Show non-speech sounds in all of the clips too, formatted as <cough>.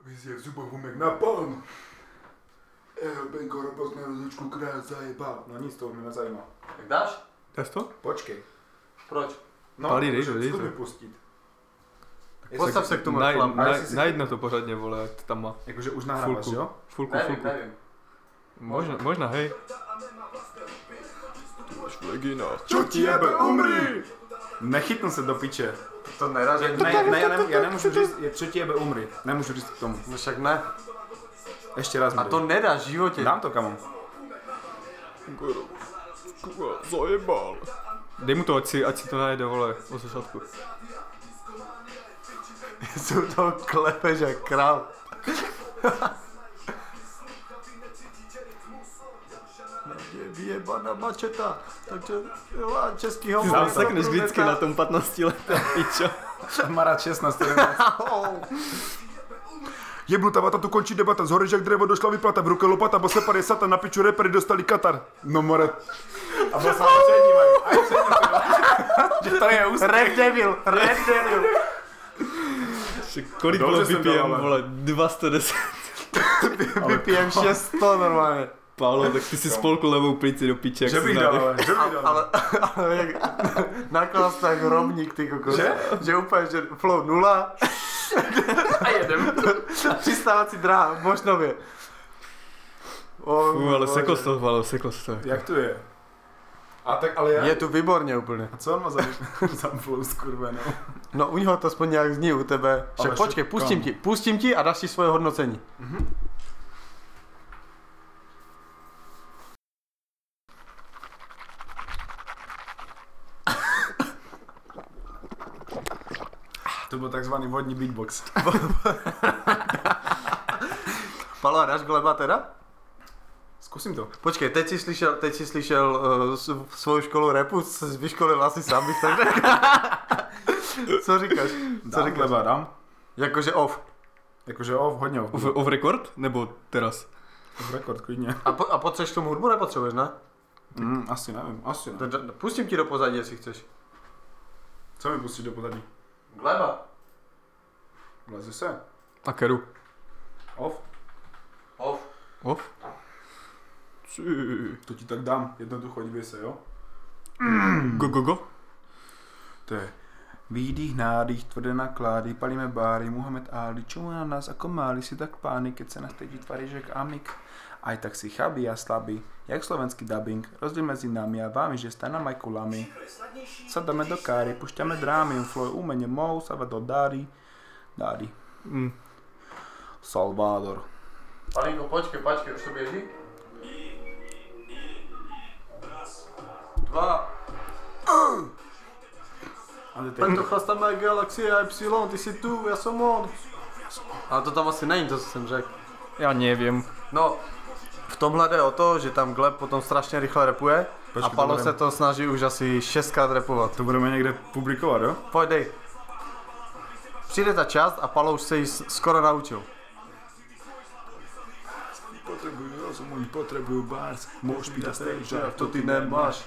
Wizję w zubach umek na pan! Ej, będę robot na rozliczku kra zajebał. No nic, to mnie na zajma. Jak dasz? Daš to? Počkej. Proč? No, Palí, dej to, proč dej to to. vypustit. Postav se k tomu naj, reklamu. naj, Ale jsi si- najdno to pořádně, vole, jak to tam má. Jakože už nahráváš, Fulku. jo? Fulku, Nevím, fulku. nevím. Možná, možná, hej. Čo ti jebe, umri! Nechytnu se do piče. To neražej. Ne, ne, já, nem, já nemůžu říct, je, čo ti jebe, umri. Nemůžu říct k tomu. No však ne. Ještě raz mi A dej. to nedáš v životě. Dám to, kamo. Dej mu to, ať si, ať si to najde, vole, od začátku. Jsou to klepeš jak král. Je vyjebaná mačeta, takže jo, český homo. Tam sekneš vždycky na tom 15 letém, pičo. Mara 16, 17. Jebnutá vata, tu končí debata, z hory jak dřevo došla vyplata, v ruce lopata, bo se pade sata, na piču repery dostali Katar. No more. A bo se přední mají. Že tady je ústa. Red Devil, Red Devil. Kolik Dobře bylo jsem to, ale. BPM, vole, 210. <laughs> Vypijem 600 normálně. Paolo, tak ty si spolku levou plici do piče, jak Že si bych dal, znal. ale, že bych dal. Ale, ale jak <laughs> na klastách rovník ty kokos. Že? Že úplně, že flow nula. A jedem. Přistávací dráha, v Mošnově. O, Fú, ale bože. sekl se to, Paolo, sekl se to. Jak to je? A tak, ale já... Je tu výborně úplně. A co on má za, za flow skurvenou? No u něho to aspoň nějak zní, u tebe. Však Ale počkej, šup, pustím kam? ti, pustím ti a dáš ti svoje hodnocení. To byl takzvaný vodní beatbox. Palo, a dáš gleba teda? Zkusím to. Počkej, teď jsi slyšel, teď jsi slyšel uh, s- svou školu repu, jsi vyškolil asi sám, bych tak <laughs> řekl. Co říkáš? Co Dám říkáš? chleba, dám. Jakože off. Jakože off, hodně off. Off, off record? Nebo teraz? Off Rekord, klidně. A, po, a potřebuješ tomu hudbu, nepotřebuješ, ne? <laughs> Mm, asi nevím, asi To, ne. to, pustím ti do pozadí, jestli chceš. Co mi pustíš do pozadí? Gleba. Vleze se. A keru. Off. Off. Off? Cí. To ti tak dám, jednoducho, dívej se, jo? Go, go, go. To je Výdých, nádých, tvrdé naklády, palíme báry, Muhammed Ali, čemu na nás ako máli si tak pány, keď se nastedí tvarížek amik. Aj tak si chabí a slabý, jak slovenský dubbing, rozdíl mezi námi a vámi, že ste na majku lami. Sadáme do káry, pušťame drámy, floj umenie mou, sava do dáry, dáry. Mm. Salvador. Palinko, počkej, počkej, už to běží? Dva. Ale teď... Proto chlastáme galaxie a Y, ty jsi tu, já jsem on. Ale to tam asi není, to co jsem řekl. Já nevím. No, v tomhle jde o to, že tam Gleb potom strašně rychle repuje Počkej, a Palo to se budem- to snaží už asi šestkrát repovat. To budeme někde publikovat, jo? Pojď, dej. Přijde ta část a Palo už se ji s- skoro naučil. Potřebuju rozumu, potřebuju bars, můžeš být na stage, To ty nemáš.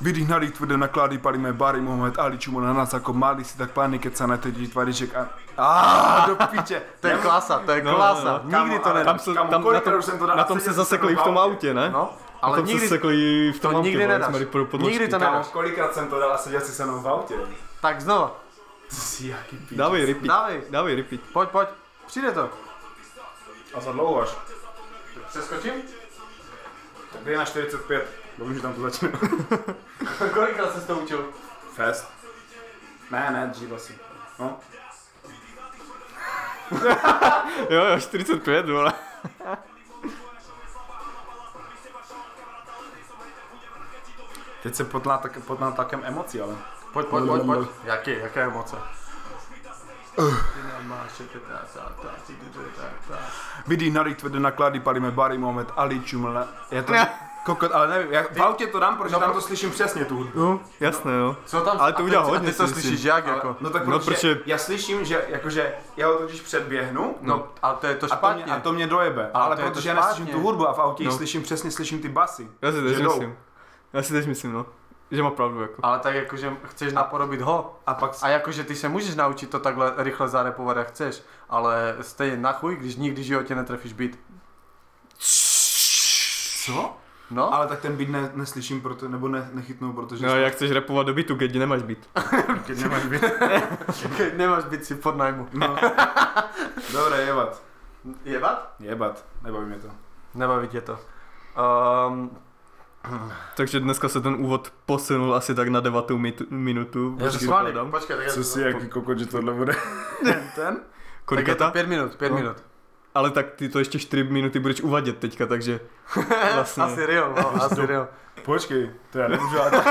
Vydyhnali tvrdé naklády, palíme bary, Mohamed Ali, čumo na nás jako máli si tak pány, keď sa netedí tvaríček a... Aaaa, do piče. <laughs> To je klasa, to je No, klasa, no, nikdy to ale ne. Tam, se, Kamo, tam na kolikrát tom, už jsem to dal? na tom Seděl se jsem zasekli na v tom autě. autě, ne? No, ale ale tam se nikdy, sekli v tom to autě, nikdy vole, nedáš. jsme měli pro podložky. Nikdy to ne- Kámo, kolikrát jsem to dal a seděl si se mnou v autě. tak znova, Ty jsi jaký pič. Dávej repeat, dávej, dávej repeat. pojď, pojď, přijde to. A za dlouho až. Přeskočím? <laughs> Tak je na 45. Dobře, že tam to začne. <laughs> Kolikrát jsi to učil? Fest. Ne, ne, dřív asi. No. Jo, jo, 45, vole. Teď se pod, nátak, pod nátlakem emocí, ale. Pojď, pojď, pojď, pojď. Jaký, jaké emoce? Ty nemáš, jak je ta- ta- ta- ty- ty- ty- ta- ta. Vidí na tvrdé naklady, palíme bary, Mohamed Ali, čumo na... Je to... Kokot, ale nevím, já v autě to dám, protože tam to slyším přesně tu hudbu. No, jasné, jo. Co tam? Ale to a ty- udělal a ty hodně, to si slyšíš myslím. jak jako? No tak No, protože, protože- já slyším, že jakože já ho totiž předběhnu No, a to je to a, to mě, špatně. a to mě dojebe. Ale Ale, to je to protože já neslyším špatně. tu hudbu a v autě no. No. slyším přesně, slyším ty basy. Já si tež Že jdou. myslím. Já si tež myslím, no. že má pravdu jako. Ale tak jakože chceš napodobit ho. A pak s- A jakože ty se můžeš naučit to takhle rychle zarepovat, jak chceš, ale stejně na chuj, když nikdy v životě netrefíš beat. Co? No, Ale tak ten beat ne, neslyším, proto, nebo ne, nechytnou, protože... No, jak chceš repovat do bytu, když nemáš byt. Keď nemáš beat. Keď <laughs> nemáš být si pod najmu. No. <laughs> Dobré, jebat. Jebat? Jebat, nebaví mě to. Nebaví tě to. Ehm, Um, Takže dneska se ten úvod posunul asi tak na devatou mit- minutu. já se Počkej, schválně, popadám. počkej, tak já Co se- si, jaký kokot, že tohle bude? ten, ten? Tak je to Kolikata? pět minut, pět No. minut. Ale tak ty to ještě 4 minuty budeš uvadět teďka, takže <laughs> Vlastně. asi real, no, asi real. Počkej, to já nemůžu <laughs> ale...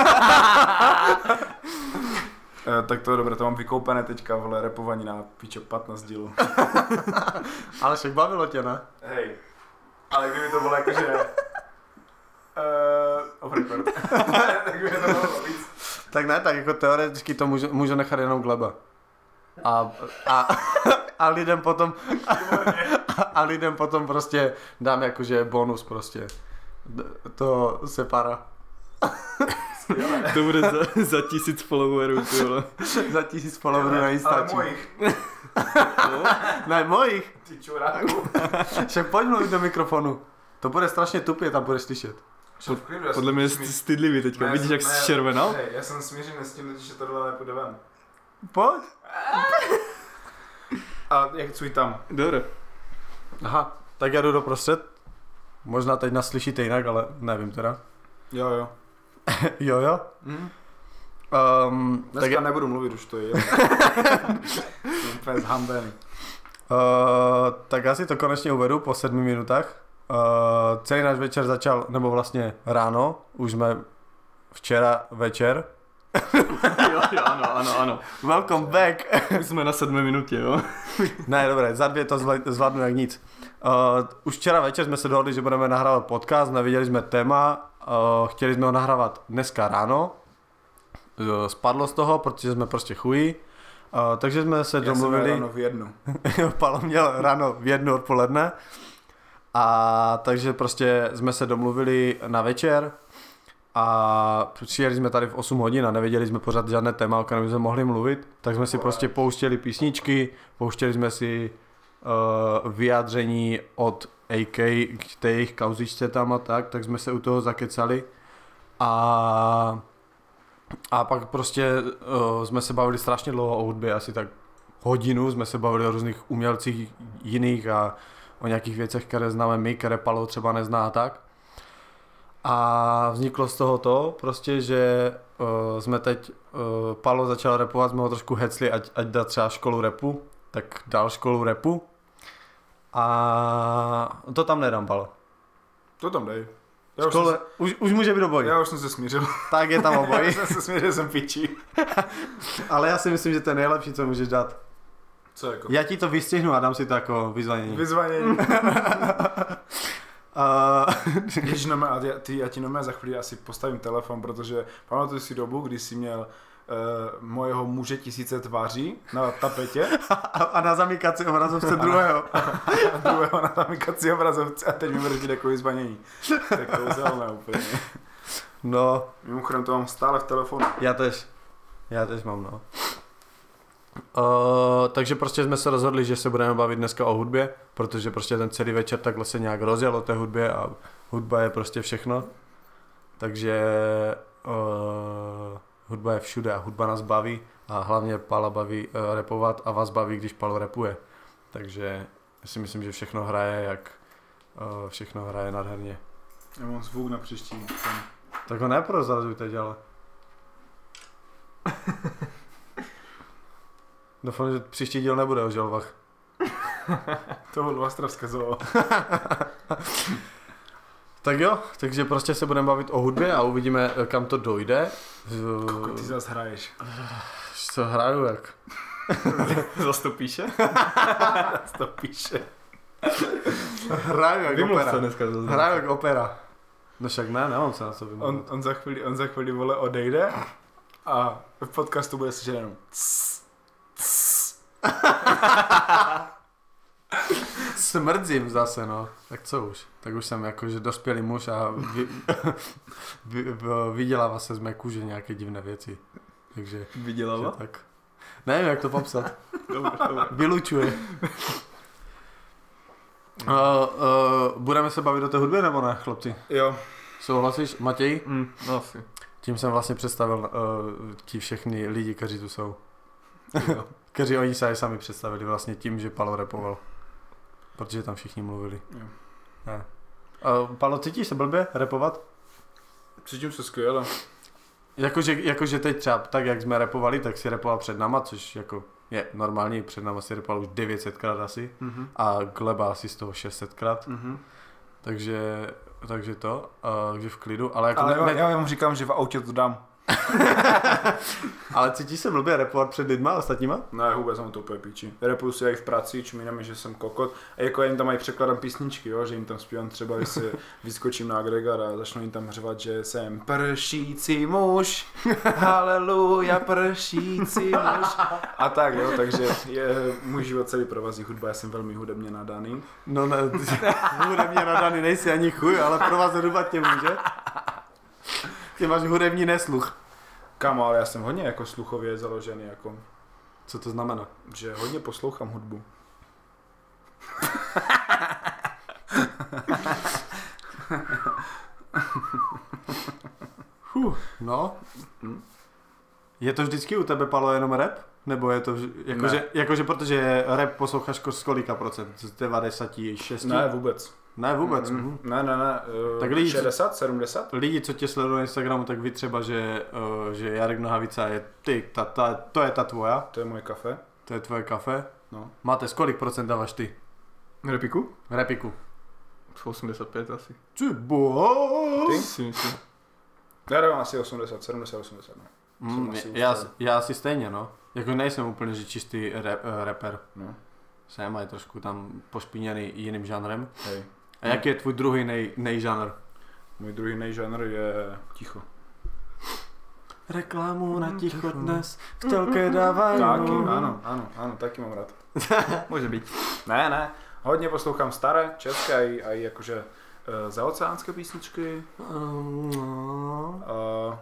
Eh, tak to je dobré, to mám vykoupené teďka, vole, repování na piče 15 dílů. Ale však bavilo tě, ne? Hej, ale kdyby to bylo jako, jakože... Uh, off record. <laughs> tak by to bylo víc. Tak ne, tak jako teoreticky to může, může nechat jenom Gleba. A, a, <laughs> a lidem potom a, a lidem potom prostě dám jakože bonus prostě. D- To se para. <laughs> to bude za, za tisíc followerů, ty <laughs> vole. Za tisíc followerů na Ale <laughs> Instači. mojich, Ne, mojich. ty čuráku. Však pojď mluvit do mikrofonu. To bude strašně tupě, tam budeš slyšet. Čo, v klidu, já Podle jsem mě je smí- st- stydlivý teďka, Ne, vidíš já jak jsem- ne, jsi červenal? Hej, já jsem smířený s tím, že tohle nepůjde ven. Pojď. A jak cuj tam? Dobré. Aha, tak já jdu doprostřed. Možná teď nás slyšíte jinak, ale nevím teda. <laughs> Jo, jo. Jo, jo. Mm. Um, tak Dneska tak nebudu mluvit, už to <laughs> je. jsem úplně zhambený. Uh, tak asi to konečně uvedu po sedmi minutách. Uh, celý náš večer začal, nebo vlastně ráno, už jsme včera večer. <laughs> Jo, jo, ano, ano, ano. Welcome back! Už jsme na sedmé minutě, jo. <laughs> ne, dobré, za dvě to zvla- zvládnu jak nic. Uh, už včera večer jsme se dohodli, že budeme nahrávat podcast, neviděli jsme téma, uh, chtěli jsme ho nahrávat dneska ráno. Uh, spadlo z toho, protože jsme prostě chují. Uh, takže jsme se Já jsem měl domluvili... ráno v jednu. <laughs> Palo měl ráno v jednu odpoledne. A takže prostě jsme se domluvili na večer a přijeli jsme tady v 8 hodin a nevěděli jsme pořád žádné téma, o kterém jsme mohli mluvit, tak jsme si prostě pouštěli písničky, pouštěli jsme si uh, vyjádření od AK k té jejich kauzičce tam a tak, tak jsme se u toho zakecali a, a pak prostě uh, jsme se bavili strašně dlouho o hudbě, asi tak hodinu jsme se bavili o různých umělcích jiných a o nějakých věcech, které známe my, které Palo třeba nezná a tak. A vzniklo z toho to prostě, že uh, jsme teď, uh, Palo začal repovat, jsme ho trošku hecli, ať, ať dá třeba školu repu, tak dal školu repu. A to tam nedám, Palo. To tam dej. Já už, Škole, Škole... už, už může být jsem, obojí. já už jsem se smířil. Tak je <laughs> tam Já obojí. jsem se smířil, že jsem pičí. Ale já si myslím, že to je nejlepší, co můžeš dát. Co jako? Já ti to vystihnu a dám si to jako <laughs> vyzvanění. Vyzvanění. Uh, Ježiš, no, a ty, ty, já ti no, za chvíli asi postavím telefon, protože pamatuju si dobu, kdy jsi měl uh, mojeho muže tisíce tváří na tapetě a, a na zamykací <laughs> obrazovce druhého. a druhého na zamykací obrazovce a teď mi budeš mít jako vyzvanění. To je kouzelné úplně. No, Mimochodem to mám stále v telefonu. já tež. Já tež mám, no. Uh, takže prostě jsme se rozhodli, že se budeme bavit dneska o hudbě, protože prostě ten celý večer takhle se nějak rozjel o té hudbě a hudba je prostě všechno. Takže uh, hudba je všude a hudba nás baví a hlavně Pala baví uh, repovat a vás baví, když Palo repuje. Takže já si myslím, že všechno hraje jak uh, všechno hraje nádherně. Já mám zvuk na příští. Ten. Tak ho neprozrazuj teď, ale. <laughs> Doufám, že příští díl nebude o želvách. To bylo Ostravské zoo. Tak jo, takže prostě se budeme bavit o hudbě a uvidíme, eh, kam to dojde. Z- Koko, Jako ty zas hraješ. Co hraju jak? Zastupíše? To píše. Hraju jak Vymluv se opera. dneska. zase. Hraju jak opera. No však ne, nemám se na co vymluvit. On, on, za chvíli, on za chvíli vole odejde a v podcastu bude slyšet jenom. Smrdzím zase, no. Tak co už? Tak už jsem jakože dospělý muž a vy, <laughs> vy, v- vydělává se z mé kůže nějaké divné věci. Takže že Vydělává? <laughs> tak. Nevím, jak to popsat. Dobře, dobře. Vylučuje. <laughs> Uh, uh, budeme se bavit o té hudbě nebo ne, chlapci? Jo, Souhlasíš, Matěj? mm, no asi. Tím jsem vlastně představil uh, ti všechny lidi, kteří tu jsou. Jo. <laughs> Kteří oni se aj sami představili vlastně tím, že Palo repoval. Protože tam všichni mluvili. Jo. Ne. Uh, Palo, cítíš se blbě repovat? Cítím se skvěle. Jakože, jakože teď třeba tak, jak jsme repovali, tak si repoval před náma, což jako je normální, před náma si repoval už 900krát asi. Mhm. A Gleba asi z toho 600krát. Mhm. Takže, takže to, uh, takže v klidu, ale jako Ale ale, já, ne, já vám říkám, že v autě to dám. ale cítíš se blbě repovat před lidma a ostatníma? Ne, vůbec jsem to úplně píči. Repuju si i v práci, čmínám, že jsem kokot. A jako já jim tam mají překladám písničky, jo? že jim tam zpívám třeba, když <laughs> se vyskočím na agregát a začnu jim tam hřvat, že jsem pršící muž, <laughs> haleluja, pršící muž. A tak jo, takže je, můj život celý provází hudba, já jsem velmi hudebně nadaný. No ne, hudebně nadaný nejsi ani chuj, ale pro vás hruba tě může. Ty máš hudební nesluch. Kamo, ale já jsem hodně jako sluchově založený, jako, Co to znamená? že hodně poslouchám hudbu. No, Hm? je to vždycky u tebe, Palo, jenom rap? Nebo je to, vž- Ne. jakože, jakože protože rap posloucháš ko- z kolika procent? Z 96? Ne, vůbec. ne vůbec. Mm-hmm. Mhm. Ne, ne, ne. eh, Tak lidi- 60, 70? lidi, co tě sledují na Instagramu, tak ví třeba, že, uh, že Jarek Nohavica je ty, ta, ta, to je ta tvoja, To je moje kafe. to je tvoje kafe. No. Máte, z kolik procent dáváš ty? <laughs> Repiku? V repiku. 85 asi. Ty boho! Ty? Si myslím. Já dávám asi 80, 70, 80. No. Mm, Jsem asi já, úplně. já asi stejně, no. Jako nejsem úplně, že čistý rap, rapper. no. Jsem aj trošku tam pošpiněný jiným žánrem. Hej. A jaký je tvůj druhý nej, nejžánr? Můj druhý nejžánr je ticho. Reklamu na ticho dnes, v telke dávají. mm, Mm, Taky, ano, ano, ano, taky mám rád. Může být. Ne, ne, hodně poslouchám staré, české a i, a i jakože e, zaoceánské písničky, mm. a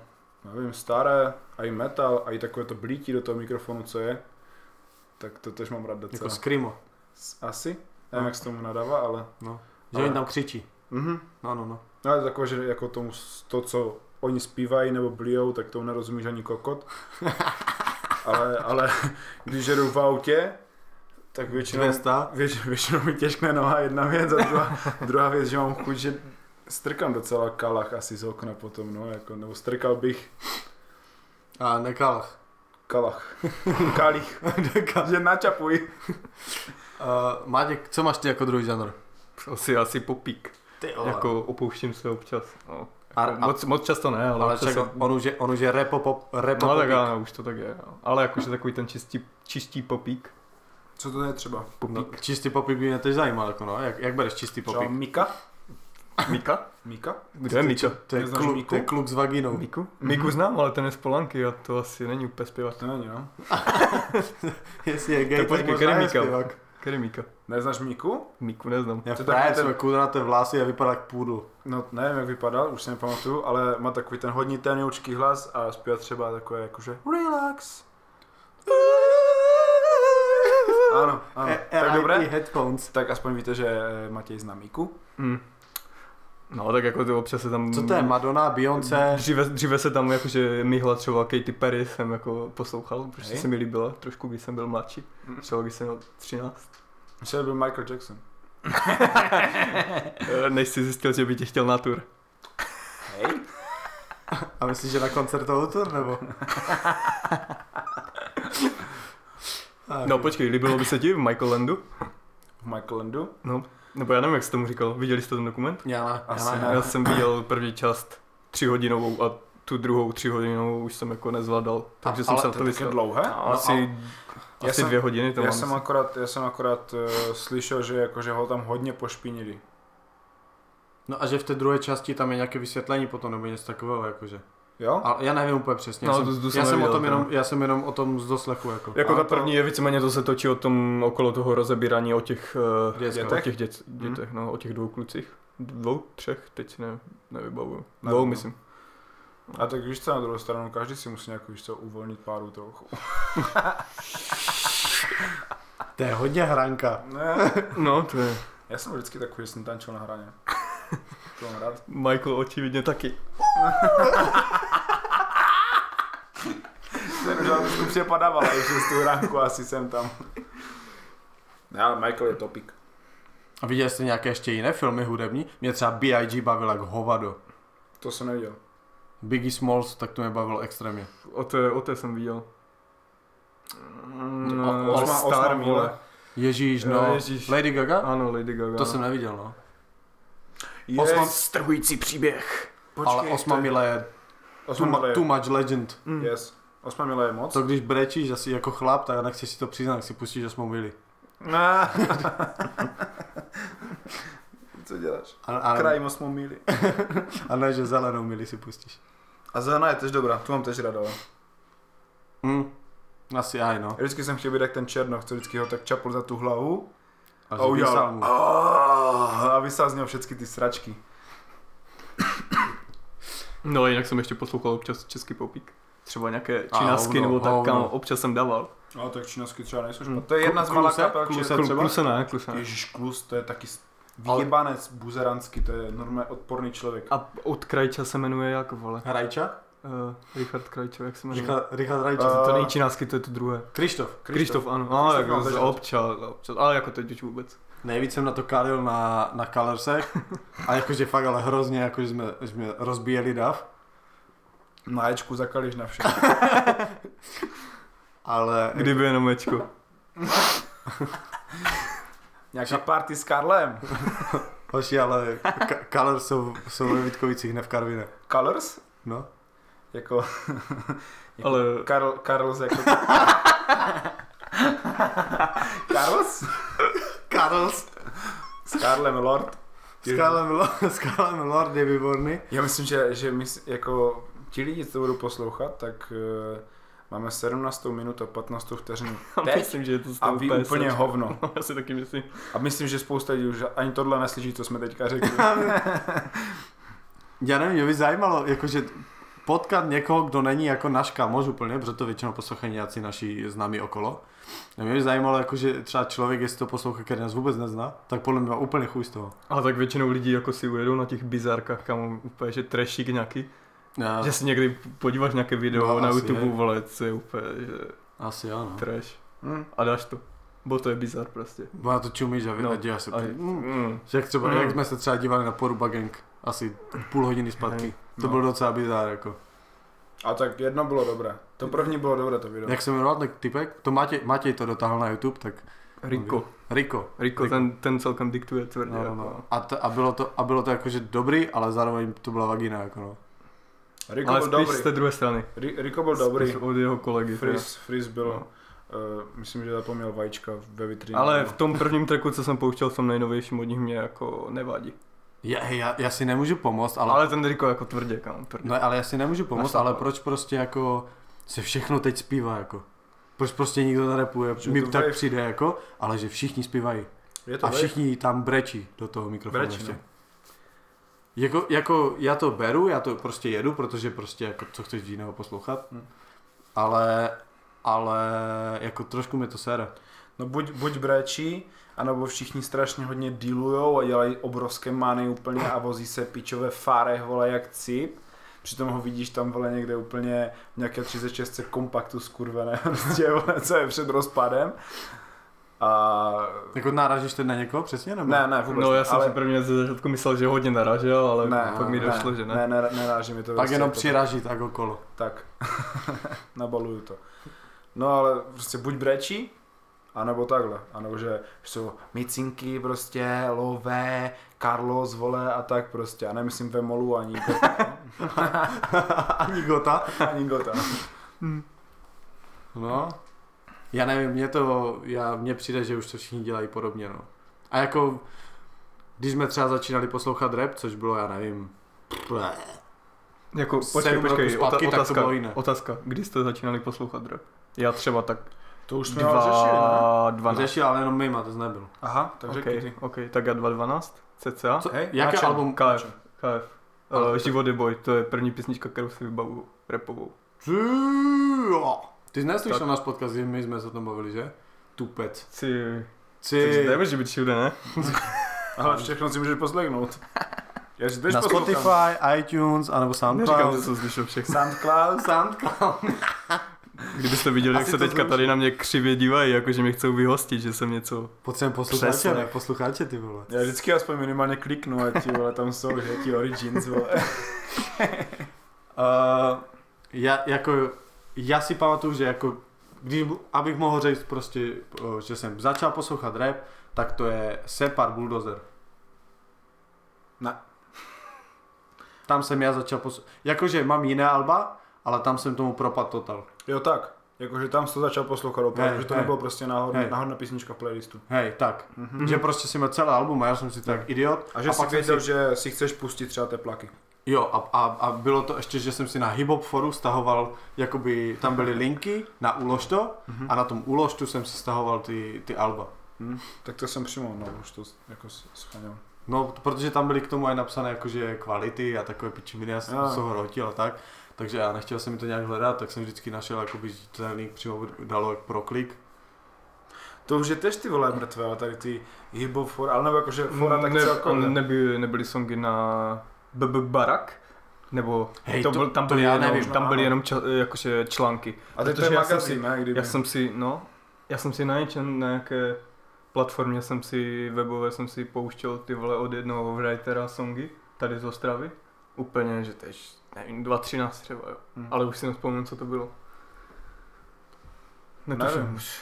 nevím, staré, a i metal, a i takové to blítí do toho mikrofonu, co je. Tak to tež mám rád docela. Jako Screamo, Asi, nevím, jak se tomu nadává, ale... no. Že Ale- oni tam křičí. Mhm. No, no, no. No ale takové, že jako tomu, s- to, co oni zpívají nebo blijou, tak tomu nerozumíš ani kokot. Ale, ale když jedu v autě, tak většinou, 200. věč, většinou mi těžkne noha jedna věc a druhá, druhá věc, že mám chuť, že strkám docela kalach asi z okna potom, no, jako, nebo strkal bych A nekalach. kalach, kalich, že načapuj. uh, Mátěk, co máš ty jako druhý žánr? Asi, asi popík. Ty Jako opouštím se občas. No. a, a, Moc, moc často ne, ale, ale občas čak, se- on, už je, on už je repo pop, repo No tak popík. ano, už to tak je. No. Ale jakože takový ten čistý, čistý popík. Co to je třeba? No, čistý popík by mě teď zajímal, jako no. Jak, jak bereš čistý Třeba popík? Mika? <laughs> Mika? Mika? Kde je Mika? To je, Neznáš kluk, Miku? to je kluk s vagínou. Miku? Miku znám, ale ten je z Polanky a to asi není úplně zpěvat. To není, no. <laughs> Jestli je gay, Tak tak počkej, který možná je Mika? zpěvák. Který Mika? Neznáš Miku? Miku neznám. Já v To Prahe takový ten- jsme kudraté vlasy a vypadá jak půdl. No, nevím, jak vypadal, už si nepamatuju, ale má takový ten hodně tenoučký hlas a zpívá třeba takové jakože relax. Ano, ano. E- tak RIP dobré. headphones. Tak aspoň víte, že eh, Matěj zná Miku. Mm. No tak jako to občas se tam... Co to je? Madonna, Beyoncé? Dříve, dříve se tam jakože myhla třeba Katy Perry jsem jako poslouchal, protože Hej. se mi líbila trošku, když jsem byl mladší. Mm. Třeba když jsem měl 13. Myslím, že byl Michael Jackson. Eh, Než jsi zjistil, že by tě chtěl na tur. Hej. A myslíš, že na koncertovou tour, nebo? Tak. No počkej, líbilo by se ti v Michael Landu? V Michaelandu. No, nebo já nevím, jak jsi tomu říkal. Viděli jste ten dokument? Já ne, já Asi ne. ne. Já jsem viděl první část tříhodinovou a tu druhou tříhodinovou už jsem jako nezvládal. Takže jsem ale se na to to Tak je vyslal. dlouhé. No, Asi, Já asi jsem- dvě hodiny tam Já mám. jsem myslím. akorát, já jsem akorát eh, slyšel, že, jako, že ho tam hodně pošpinili. No a že v té druhé části tam je nějaké vysvětlení potom, nebo něco takového, jakože. Jo? A já nevím úplně přesně. No, já jsem, tu zdu jsem já, jsem o neviděl, tom teda. jenom, já jsem jenom o tom z doslechu. Jako. Jako Ale ta to- první je víceméně to se točí o tom okolo toho rozebírání o těch eh, Dětech. dětech, o těch dět, dětech no, o těch dvou klucích. Dvou, třech, teď si ne, nevybavuju. Dvou, Nevybavuju. myslím. A tak víš co, na druhou stranu, každý si musí nějak, víš co, uvolnit páru trochu. To je hodně hranka. Ne, <laughs> No, to je. já jsem vždycky takový, že jsem tančil na <laughs> hraně. To mám rád. Michael očividně taky. Jsem už trošku přepadával, ale ještě z tu ránku asi jsem tam. Ne, ale Michael je topik. A viděli jste nějaké ještě jiné filmy hudební? Mě třeba B.I.G. bavil jak hovado. To jsem neviděl. Biggie Smalls, tak to mě bavil extrémně. O té, o té jsem viděl. Mm, O- eh, All Osma- osma Star, míle. vole. Ježíš, Jo, no. ježíš. Lady Gaga? Ano, Lady Gaga. To jsem neviděl, no. Jej, Osma- strhující příběh. Ale Osma to je- Mila je Osma too, mile mu- je- too much legend. Mm. Yes. Osma mile je moc. To když brečíš asi jako chlap, tak nechceš si to přiznat, tak si pustíš Osmu Mili. Ne. <laughs> Co děláš? A, a, Kraj moc mu míli. a ne, že zelenou Mili si pustíš. A zelená je tež dobrá, tu mám tež rád, ale. Mm. Asi aj, no. Já vždycky jsem chtěl být jak ten Černoch, co vždycky ho tak čapl za tu hlavu A a vysál udělal. mu. "Ah", A vysál z něho všechny ty sračky. No, jinak jsem ještě poslouchal občas český popík. Třeba nějaké A, činásky hovno, nebo tak, kam hovno. občas jsem dával. No, tak činasky třeba nejsou Mm. špatné. To je jedna z Hm. Klu- malá kluse? kapel Kluse? Černoch. Klu, třeba? kluse ne, kluse ne. Ježíš, klus, to je taky s- Ale- vyjebanec buzeranský, to je normálně odporný člověk. A od Krajča se jmenuje jak, vole? Hrajča? Uh, Richard Krajča, jak se jmenuje? Richard, Richard A- Hrajča. To není činásky, to je to druhé. Krištof. Krištof, ano. Krištof A, jako Maldešar. z- občas, občas, ale jako teď už vůbec. Nejvíc jsem na to kalil na, na <laughs> Colorsech. A jakože fakt, ale hrozně, jakože jsme, jsme rozbíjeli dav. Na ječku zakališ na vše. <laughs> Ale Kdyby jenom Ečko. Jako Nějaká party s Karlem. Hoši, ale ka- Colors jsou, jsou ve Vitkovicích, ne v Karvine. Colors? No. Jako <laughs> Ale Karl, Carlos jako... <laughs> Carlos? Carls. S Karlem Lord. S Karlem, Lo- <laughs> s Karlem Lord je výborný. Já myslím, že, že my, s- jako ti lidi, co budou poslouchat, tak eh, máme 17. minutu a 15. <laughs> vteřinu. Teď? myslím, že je to z A toho vy PSčka. úplně hovno. No, <laughs> já si taky myslím. A myslím, že spousta lidí už ani tohle neslyší, co jsme teďka <laughs> řekli. Já nevím, mě by zajímalo, jakože potkat někoho, kdo není jako náš kamoř úplně, protože to většinou poslouchají nějací naši známí okolo. A mě by zajímalo, jakože třeba člověk, jestli to poslouchá, který nás vůbec nezná, tak podle mě má úplně chuj z toho. A tak většinou lidi jako si ujedou na těch bizárkách, kam úplně, že trashík nějaký. Já, Že si někdy podíváš nějaké video No, no, na asi YouTube, je. vole, co je úplně, že Asi jo, no. trash. Hm. A dáš to. Bo to je bizar prostě. Bo na to čumíš a, no, No, a děláš se. A, pr- Mm. mm, Že Jak, třeba, Mm. jak jsme se třeba dívali na Poruba Gang, asi půl hodiny zpátky. To No. byl docela bizár, jako. A tak jedno bylo dobré. To první bylo dobré, to video. Jak se jmenoval ten typek? To Matěj, Matěj to dotáhl na YouTube, tak Rico. Riko. Rico, ten, ten celkem diktuje tvrdě. No, no, jako. no. A, t- a, bylo to, a bylo to jakože dobrý, ale zároveň to byla vagina, jako no. Rico Ale byl spíš dobrý. z té druhé strany. Ri- Rico byl dobrý. Spíš od jeho kolegy. teda. Freeze, freeze bylo. eh, myslím, že zapomněl vajíčka ve vitrině. Ale v tom prvním tracku, co jsem pouštěl v tom nejnovějším od nich, mě jako nevadí. Já, hej, já, já si nemůžu pomoct, ale, Ale, ale... ten Rico jako tvrdě, kam tvrdě. No, ale já si nemůžu pomoct, Našlapat. ale proč prostě jako se všechno teď zpívá, jako. Proč prostě nikdo nerepuje, Že mi to tak wave. přijde, jako, ale že všichni zpívají. je A všichni tam brečí do toho mikrofonu Brečí, ještě. no. Jako, jako, já to beru, já to prostě jedu, protože prostě jako co chceš jiného poslouchat. Hm. Ale, ale jako trošku mi to sere. No buď, buď brečí, anebo všichni strašně hodně dealujou a dělají obrovské many úplně a vozí se pičové fárech, vole, jak cip. Přitom ho vidíš tam, vole, někde úplně v nějaké 36 kompaktu skurvené, <laughs> prostě, vole, co je před rozpadem. A... Jako náražíš teď na někoho přesně? Nebo? Ne, ne, vůbec No ne, já jsem ale... si prvně ze začátku myslel, že hodně naražel, ale Ne, ne, pak mi ne, došlo, že ne. Ne, ne, neráží mi to. Pak prostě jenom jako- přiraží tak okolo. Tak, <laughs> nabaluju to. No ale prostě buď brečí, anebo takhle, anebo že jsou micinky prostě, lové, Carlos, vole a tak prostě. A nemyslím ve molu ani <laughs> Gota. Ani gota. ani Gota. No, já nevím, mně to, já, mně přijde, že už to všichni dělají podobně, no. A jako, když jsme třeba začínali poslouchat rap, což bylo, já nevím, Jako, počkej, Sedm roků počkej, zpátky, ota- tak to otázka, bylo jiné. otázka, kdy jste začínali poslouchat rap? Já třeba tak To už jsme No, ale řešili, ne? dva, 12. Řešil, ale jenom Mima, to nebyl. Aha, tak řekni Okay, ty. okay, tak já 2.12, cca. Co, Hej, na jaké čem? album? KF, KF. Ale Uh, to- Život je boj, to je první písnička, kterou si vybavu repovou. Ty jo. Ty jsi neslyšel náš podcast, kdy my jsme se o tom bavili, že? Tupec. Ty, Ty, ty nemůžeš být všude, ne? Ale všechno si můžeš poslechnout. Já si tež na poslouchám. Spotify, iTunes, anebo Neříkám, že SoundCloud. jsem slyšel všechno. Soundcloud. SoundCloud. Kdybyste viděli, jak Asi se to teďka zruším. tady na mě křivě dívají, jako že mě chcou vyhostit, že jsem něco... Potřebujeme Přesně. posluchače, ne? Posluchače, ty vole. Já vždycky aspoň minimálně kliknu, a ti vole, tam jsou, že ti origins, vole. <laughs> Uh, já, jako, já si pamatuju, že jako, když, bu- abych mohl říct prostě, eh, že jsem začal poslouchat rap, tak to je Separ Bulldozer. Na- Tam jsem já začal poslouchat. Jakože mám jiné alba, ale tam jsem tomu propad total. Jo tak, jakože tam jsi to začal poslouchat opravdu, Hej, že to hej. nebylo prostě náhodná, Hej. náhodná písnička v playlistu. Hej, tak. Mhm. Mm-hmm. Že prostě jsem měl celé album a já jsem si tak idiot. A že jsi pak jsem věděl, si, že si chceš pustit třeba teplaky. Jo, a, a, a, bylo to ještě, že jsem si na Hip Hop foru stahoval, jakoby tam byly linky na Uložto Mhm. a na tom Uložtu jsem si stahoval ty, ty alba. Tak to jsem přímo, no, už to jako scháněl. No, t- protože tam byly k tomu aj napsané jakože kvality a takové pičiviny, já jsem Jo. se ho hrotil a tak. Takže já nechtěl jsem to nějak hledat, tak jsem vždycky našel, jakoby, že ten link přímo dalo jak proklik. To už je tež ty vole mrtvé, ale tady ty hibo fora, ale nebo jakože fora tak Mm, ne, celkově. neby, nebyly songy na BB Barak? Nebo Hej, to, to- byl, tam to byly já jenom, nevím, tam no, byly ano. jenom ča, jakože články. A teď to protože je já jsem magazín, ne, kdyby. Já jsem si, no, já jsem si na něčem, na nějaké platformě jsem si, webové jsem si pouštěl ty vole od jednoho writera songy, tady z Ostravy. Úplně, že tež, nevím, 2.13 třeba, jo. Hm. Ale už si nevzpomínám, co to bylo. Nevím. Netuším už.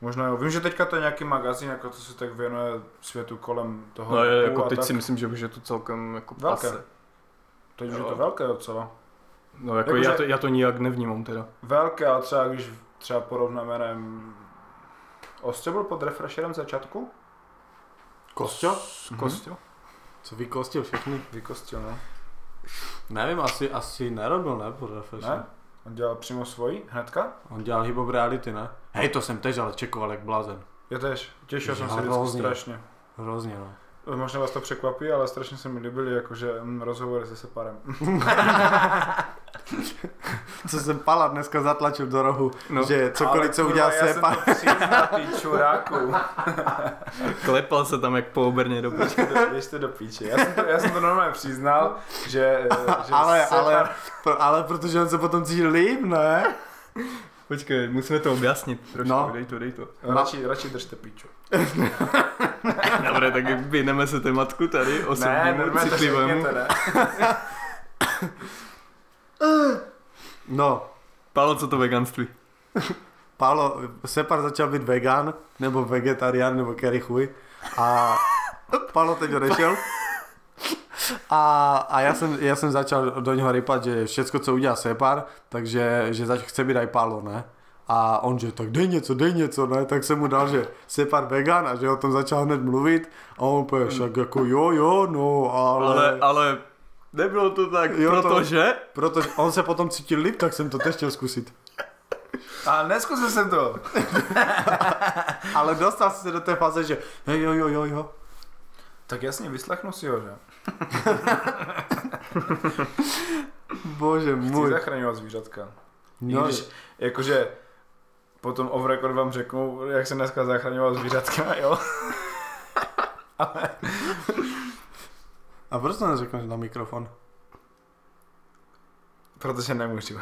Možná jo. Vím, že teďka to je nějaký magazín, jako to se tak věnuje světu kolem toho. No je, rapu jako a teď tak. si myslím, že už je to celkem jako Velké. pase. Teď už je jo. to velké docela. No jako, Jakože- já, to, já to nijak nevnímám teda. Velké, ale třeba když třeba porovnáme, nevím, Ostře byl pod refresherem začátku? Kostě? S Mhm. Kostě? Co vy kostě všechny? Vykostil, no. Nevím, asi, asi nerobil, ne? Podle Ne? ne? On dělal přímo svoji, hnedka? On dělal hip hop reality, ne? Hej, to jsem tež ale čekoval jak blázen. Já tež, těšil jsem Já se vždycky hrozně. strašně. Hrozně, no. Možná vás to překvapí, ale strašně se mi líbily jakože mm, rozhovory se Separem. <laughs> Co jsem pala dneska zatlačil do rohu, No, že cokoliv, co Ale udělal kurva, já se, jsem pa... to přiznal, ty čuráku. klepal se tam jak po obrně do Běžte do- <laughs> Běžte do píče. Já jsem to, já jsem to normálně přiznal, <laughs> že, eh, že ale, Separ- ale, pro, ale, protože on se potom cítil líp, ne? Počkej, musíme to objasnit trošku, No. dej to, dej to. <laughs> Radši, radši držte píču. Dobré, tak vyhneme se tématku tady, osobnímu, normálně to citlivému. řekněte, ne? No, Pálo, co to veganství? Pálo, Separ začal být vegan, nebo vegetarián, nebo který chuj. A Pálo teď odešel. A, a já, jsem, já jsem začal do něho rypat, že všecko, co udělá Separ, takže že zač, chce být aj Pálo, ne? A on že, tak dej něco, dej něco, ne? Tak jsem mu dal, že Separ vegan a že o tom začal hned mluvit. A on úplně však jako jo, jo, no, ale... Ale, ale nebylo to tak, Jo, to- protože... Protože on se potom cítil líp, tak jsem to teď chtěl zkusit. A neskusil jsem to. Ale dostal jsem se do té fáze, že hej, jo, jo, jo, jo. Tak jasně, vyslechnu si ho, že? Bože Chci můj. zachraňovat zvířatka. No, No, když, jakože potom off record vám řeknu, jak jsem dneska zachraňoval zvířatka, jo? A proč to neřekneš na mikrofon? <laughs> Protože nemůžu.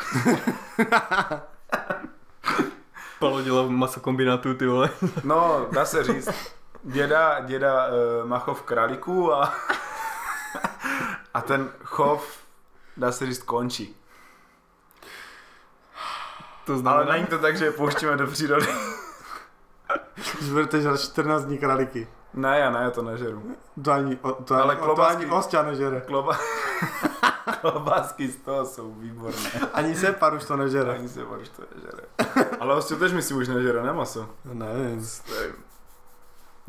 Pálo dělal v masokombinátu, ty vole. <laughs> No, dá se říct. Děda, děda uh, má chov králíků a, a ten chov, dá se říct, končí. To Ale znamená... není to tak, že je pouštíme do přírody. Zvrteš za 14 dní králíky. Ne, já ne, já to nežeru. To ani, o, to, Ale Ale ani, o, to klobásky- ani Osťa nežere. Kloba... <laughs> Klobásky z toho jsou výborné. Ani Separ už to nežere. Ani se bojíš, to nežere. Ale vlastně tež mi si už nežere, ne maso. Ne,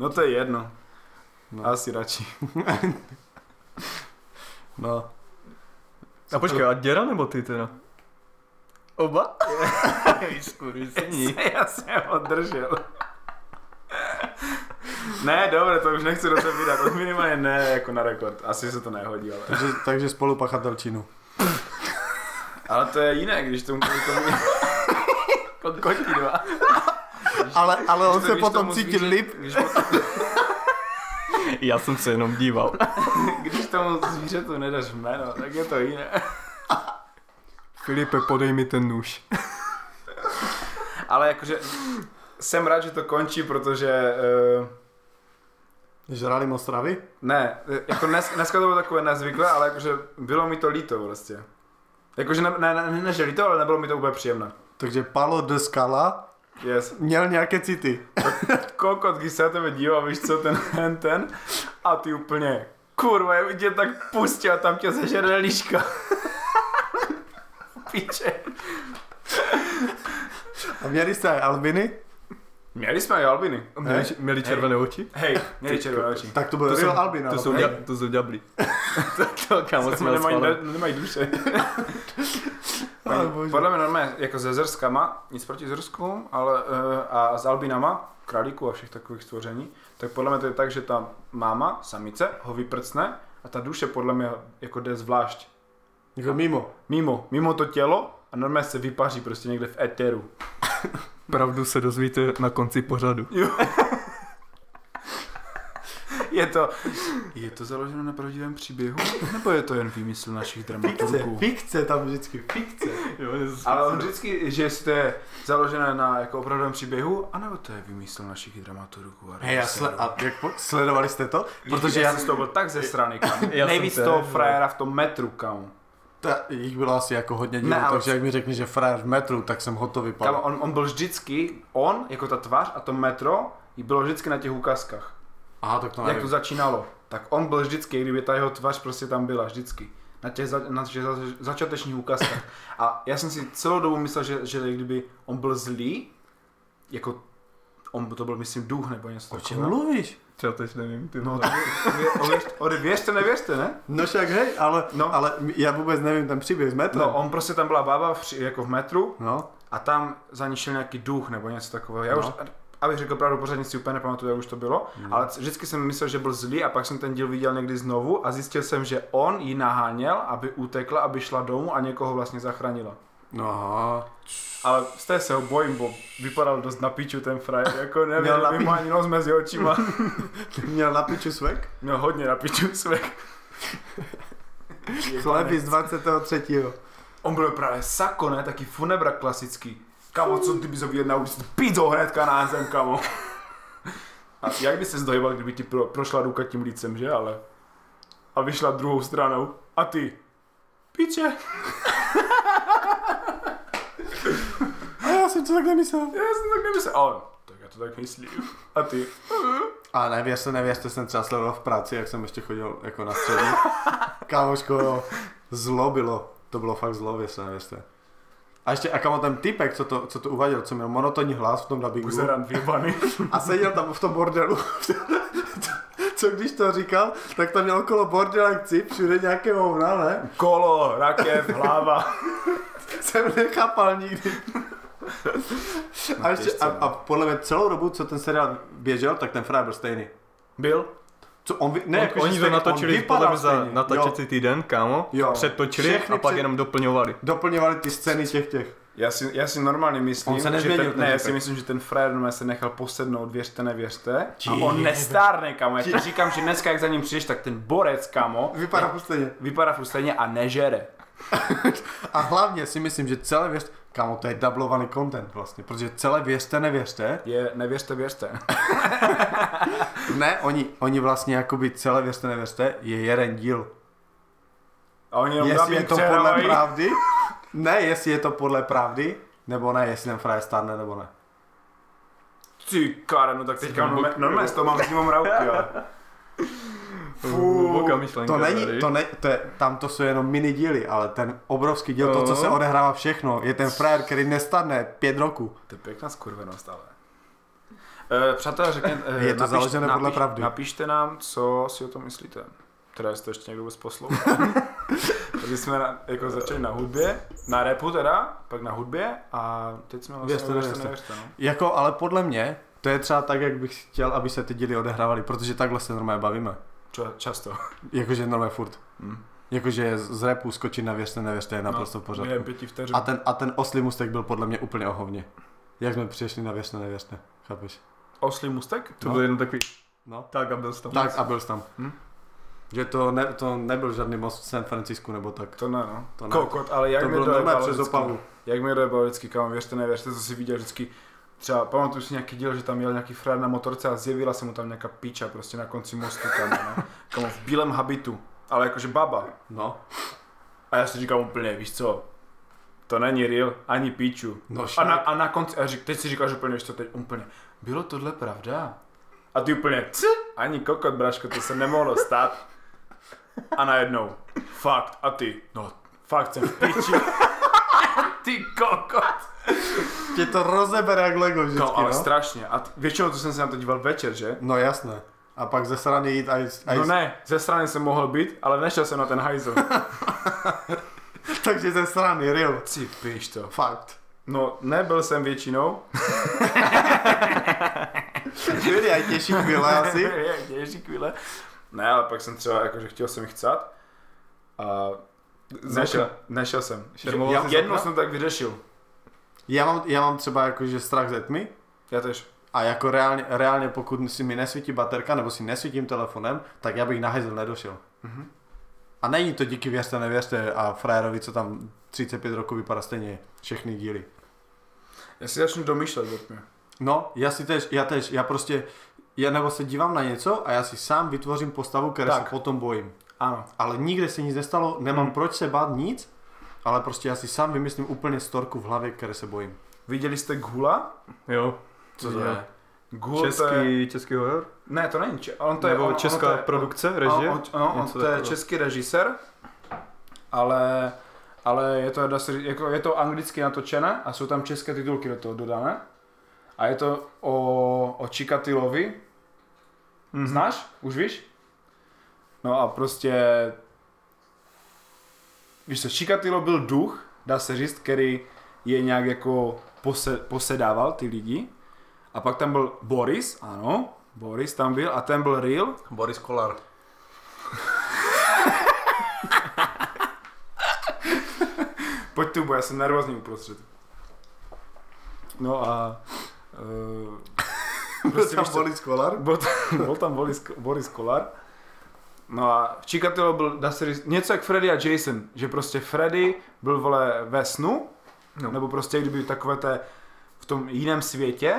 No to je jedno. No. Asi radši. no. A počkej, a Děra nebo ty teda? <laughs> Oba? Vyskurvysení. Já jsem ho držel. ne, dobře, to už nechci do sebe vydat, to minimálně ne jako na rekord, asi se to nehodí, ale... Takže, takže spolu pachatel činu. Ale to je jiné, když tomu komu... Kokoti dva. Ale, ale on Když se když potom tomu cítil zvíře- líp. Když, potom, Já jsem se jenom díval. když tomu zvířetu nedáš jméno, tak je to jiné. Filipe, podej mi ten nůž. Ale jakože jsem rád, že to končí, protože uh, Žrali moc travy? ne, jako dnes, dneska to bylo takové nezvyklé, ale jakože bylo mi to líto prostě. Jakože ne, ne, ne, ne, že líto, ale nebylo mi to úplně příjemné. Takže Palo de Scala Yes. měl nějaké city. Kokot, když se na tebe dívá, víš co, ten, ten, ten, a ty úplně, kurva, já bych tě tak pustil a tam tě sežere liška. <laughs> Piče. A měli jste albiny? Měli jsme i albiny. Měli, měli červené oči? Hej, měli červené oči. Tak to byl To real jsou- albina. To jsou, ne? ďa, to jsou ďablí. to, to kámo jsme nemají, nespali. ne, nemají <laughs> duše. Ale Oni- bože. Podle mě normálně jako se zrskama, nic proti zrskům, ale eh, a s albinama, králíku a všech takových stvoření, tak podle mě to je tak, že ta máma, samice, ho vyprcne a ta duše podle mě jako jde zvlášť. Jako mimo. Mimo, mimo to tělo a normálně se vypaří prostě někde v <laughs> éteru. Pravdu se dozvíte na konci pořadu. Je to, je to založeno na pravdivém příběhu? Nebo je to jen výmysl našich Fikce, dramaturgů? fikce tam vždycky, <laughs> fikce. Jo, Ale on vždycky, že jste založené na jako opravdovém příběhu, anebo to je vymysl našich dramaturgů. Hej, já sle- a jak po- sledovali jste to? Protože Protože já já, jsem z toho byl tak ze strany, <laughs> kam. Já Nejvíc jsem toho též, frajera v tom metru, kam. ta, jich bylo asi jako hodně dílů, Ne, ale- takže jak mi řekne, že frajer v metru, tak jsem hotový kam pal. on, on, byl vždycky, on, jako ta tvář a to metro, jí bylo vždycky na těch ukázkách. Aha, tak to Jak to nevím. začínalo. Tak on byl vždycky, kdyby ta jeho tvář prostě tam byla, vždycky. Na těch, za, na těch za, začátečních ukázkách. A já jsem si celou dobu myslel, že, že kdyby on byl zlý, jako on to byl, myslím, duch nebo něco O čem mluvíš? Čo, teď nevím, ty No, vole. tak ověřte, ověřte, nevěřte, ne? No však hej, ale, No. no. ale já vůbec nevím ten příběh z metra. No, on prostě tam byla bába v, při- jako v metru no. a tam za ní šel nějaký duch nebo něco takového. Já No. už, abych řekl pravdu, pořádně si úplně nepamatuju, jak už to bylo, ale c- vždycky jsem myslel, že byl zlý a pak jsem ten díl viděl někdy znovu a zjistil jsem, že on ji naháněl, aby utekla, aby šla domů a někoho vlastně zachránila. No, aha. Ale z té se ho bojím, bo vypadal dost na piču ten frajer, <laughs> jako Měl na nevím, piču. má ani nos mezi očima. <laughs> měl na piču svek? Měl hodně na piču svek. Chleby z 23. On byl právě sako, ne? Taký funebra klasický. Kamo, co ty bys ho viděl na ulici? Pizzo hnedka na zem, kamo. A jak by se zdojeval, kdyby ti pro, prošla ruka tím lícem, že? Ale... A vyšla druhou stranou. A ty? Piče. A já jsem to tak nemyslel. Já jsem tak nemyslel. A on, tak já to tak myslím. A ty? A nevěřte, nevěřte, jsem třeba sledoval v práci, jak jsem ještě chodil jako na střední. Kámoško, jo, zlo bylo. To bylo fakt zlo, věřte, nevěřte. A ještě, a kamo ten typek, co to, co to uváděl, co měl monotonní hlas v tom dubbingu Buzerant vyjebaný. a seděl tam v tom bordelu. <laughs> co když to říkal, tak tam měl okolo bordel jak cip, všude nějaké hovna, ne? Kolo, rakev, hlava. Jsem nechápal nikdy. A, ještě, a, a podle mě celou dobu, co ten seriál běžel, tak ten frajer byl stejný. Byl? Co on, vy- ne, Ne, jako, on, oni to natočili podle mě za natočecí týden, kámo. Jo. Přetočili Všechny a pak před- jenom doplňovali. Doplňovali ty scény těch těch. Já si, já si normálně myslím, On se že nezměnil, ten, ten ne, já typek. si myslím, že ten frajer normálně se nechal posednout, věřte, nevěřte. A Ti- on nestárne, kamo. Já ti Ti- říkám, že dneska, jak za ním přijdeš, tak ten borec, kamo, Vypadá furt stejně. vypadá furt stejně a nežere. A hlavně si myslím, že celé věřte, kámo, to je dublovaný content vlastně, protože celé věřte, nevěřte. Je, nevěřte, věřte. Ne, oni, oni vlastně jakoby celé věřte, nevěřte je jeden díl. A oni jenom Jestli je dubbing to podle přehrávají. pravdy, ne, jestli je to podle pravdy, nebo ne, jestli ten frajer stárne, nebo ne. Ty kare, no tak teďka Jsi hluboký. normálně- normálně z toho mám přímo mravky, ale. Fuu. Boka myšlenka. To není, tady. to ne, to je, tam to jsou jenom mini díly, ale ten obrovský díl, to, co se No. odehrává všechno, je ten frajer, který nestarne pět roku. To je pěkná skurvenost, ale. Eh, Přátelé, řekněte, eh, Je to založené podle pravdy. <laughs> Napište nám, co si o tom myslíte. Teda jestli to ještě někdo vůbec poslouchal. Takže jsme na, jako začali na hudbě, na repu teda, pak na hudbě a teď jsme vlastně Věřte, nevěřte, nevěřte. nevěřte, no. Jako, ale podle mě, to je třeba tak, jak bych chtěl, aby se ty díly odehrávaly, protože takhle se normálně bavíme. Čo, často. Jakože normálně furt. Hm. Jakože z z repu skočit na věřte, nevěřte je naprosto prostě v No, Během pořádku. pěti vteřin. A ten, a ten oslý mustek byl podle mě úplně ohovně. Jak jsme přišli na věřte, nevěřte. Chápeš? Oslý mustek? To No. byl jenom takový No. tak a byl jsi tam. Tak a byl jsi tam. Hm? Že to, ne, to nebyl žádný most v San Francisku nebo tak. To ne, no. To ne. Kokot, ale jak to mi bylo dojebalo normálně přes vždycky. Opavu. Jak mi dojebal vždycky, kam věřte, nevěřte, co si viděl vždycky. Třeba pamatuju si nějaký díl, že tam jel nějaký frér na motorce a zjevila se mu tam nějaká píča prostě na konci mostu tam, no. Kamo v bílém habitu, ale jakože baba. No. A já si říkám úplně, víš co, to není real, ani píču. No A na, a na konci, a řík, teď si říkáš úplně, víš co, teď úplně, bylo tohle pravda? A ty úplně, c, ani kokot, braško, to se nemohlo stát. A najednou, fakt, a ty, no, fakt jsem v píči. <laughs> ty kokot. Tě to rozebere jak Lego vždycky, No, ale no. strašně. A t- většinou to jsem se na to díval večer, že? No jasné. A pak ze strany jít a jít, a jít. No ne, ze strany jsem mohl být, ale nešel jsem na ten hajzl. <laughs> takže ze strany, real. Ty píš to. Fakt. No, nebyl jsem většinou. Byly aj těžší chvíle <laughs> asi. Ježí chvíle. Ne, ale pak jsem třeba, jakože chtěl jsem jich chcát. A nešel, nešel jsem. Šermoval Já- jsi z Jednou okna? jsem to tak vyřešil. Já mám, já mám třeba jakože strach ze tmy Já tež. a jako reálně, reálně pokud si mi nesvítí baterka nebo si nesvítím telefonem, tak já bych na hajzel nedošel. Mhm. A není to díky věřte, nevěřte a frajerovi, co tam 35 roků vypadá stejně všechny díly. Já si začnu domýšlet od mě. No, já si tež, já tež, já prostě, já nebo se dívám na něco a já si sám vytvořím postavu, které Tak. se potom bojím. Ano. Ale nikde se nic nestalo, nemám Mhm. proč se bát nic, ale prostě já si sám vymyslím úplně storku v hlavě, které se bojím. Viděli jste Gula? Jo, Co to Jo. je? Gul to je... český, český horor? Ne, to není če... on to je, Nebo on, česká on to je, produkce, on, režie? on, on, on, Něco to je takového. český režisér, ale, ale je, to, dá se, říct, jako, je to anglicky natočené a jsou tam české titulky do toho dodané. A je to o, o Čikatilovi, Mhm. Znáš? Už víš? No a prostě... Víš co, Chikatilo byl duch, dá se říct, který je nějak jako pose, posedával ty lidi. A pak tam byl Boris, ano, Boris tam byl a ten byl real. Boris Kolar. Pojď tu, bo já jsem nervózní uprostřed. No a... <laughs> Uh, Prostě tam Boris Kolar? Byl tam, <laughs> byl tam Boris, Boris Kolar. No a Chikatilo byl, dá se říct, něco jak Freddy a Jason, že prostě Freddy byl vole ve snu, no. No. nebo prostě kdyby takové té v tom jiném světě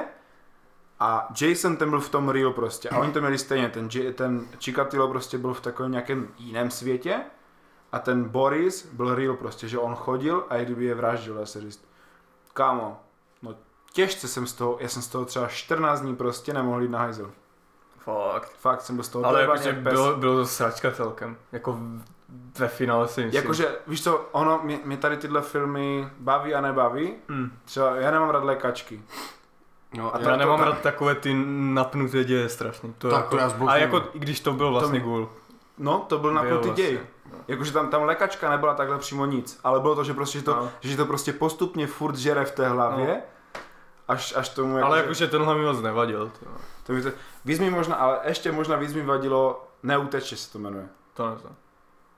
a Jason ten byl v tom real prostě a oni to měli stejně, ten, J- ten Chikatilo prostě byl v takovém nějakém jiném světě a ten Boris byl real prostě, že on chodil a jak kdyby je vraždil, dá se říct. Kámo, no těžce jsem z toho, já jsem z toho třeba 14 dní prostě nemohl jít na hajzel. Fakt. Fakt jsem byl z toho Ale dojebaný jakože jak pes. bylo, bylo to sračka celkem. Jako v- ve finále si myslím. Jakože, víš co, ono, mě, mě tady tyhle filmy baví a nebaví. Mm. Třeba já nemám rád lékačky. No, A já- to- Já nemám tak- rád takové ty napnuté děje strašný. To Tak jako, to já zbožňuju. A jako i když to byl vlastně To gul. No, to byl napnutý Byl děj. vlastně, Jakože tam, tam lékačka nebyla takhle přímo nic, ale bylo to, že prostě že to, No. že to prostě postupně furt žere v té hlavě. Až, až tomu Ale jakože tenhle mi moc nevadil. To, to by to, víc mi možná, ale ještě možná víc mi vadilo Neuteče se to jmenuje. to neznám.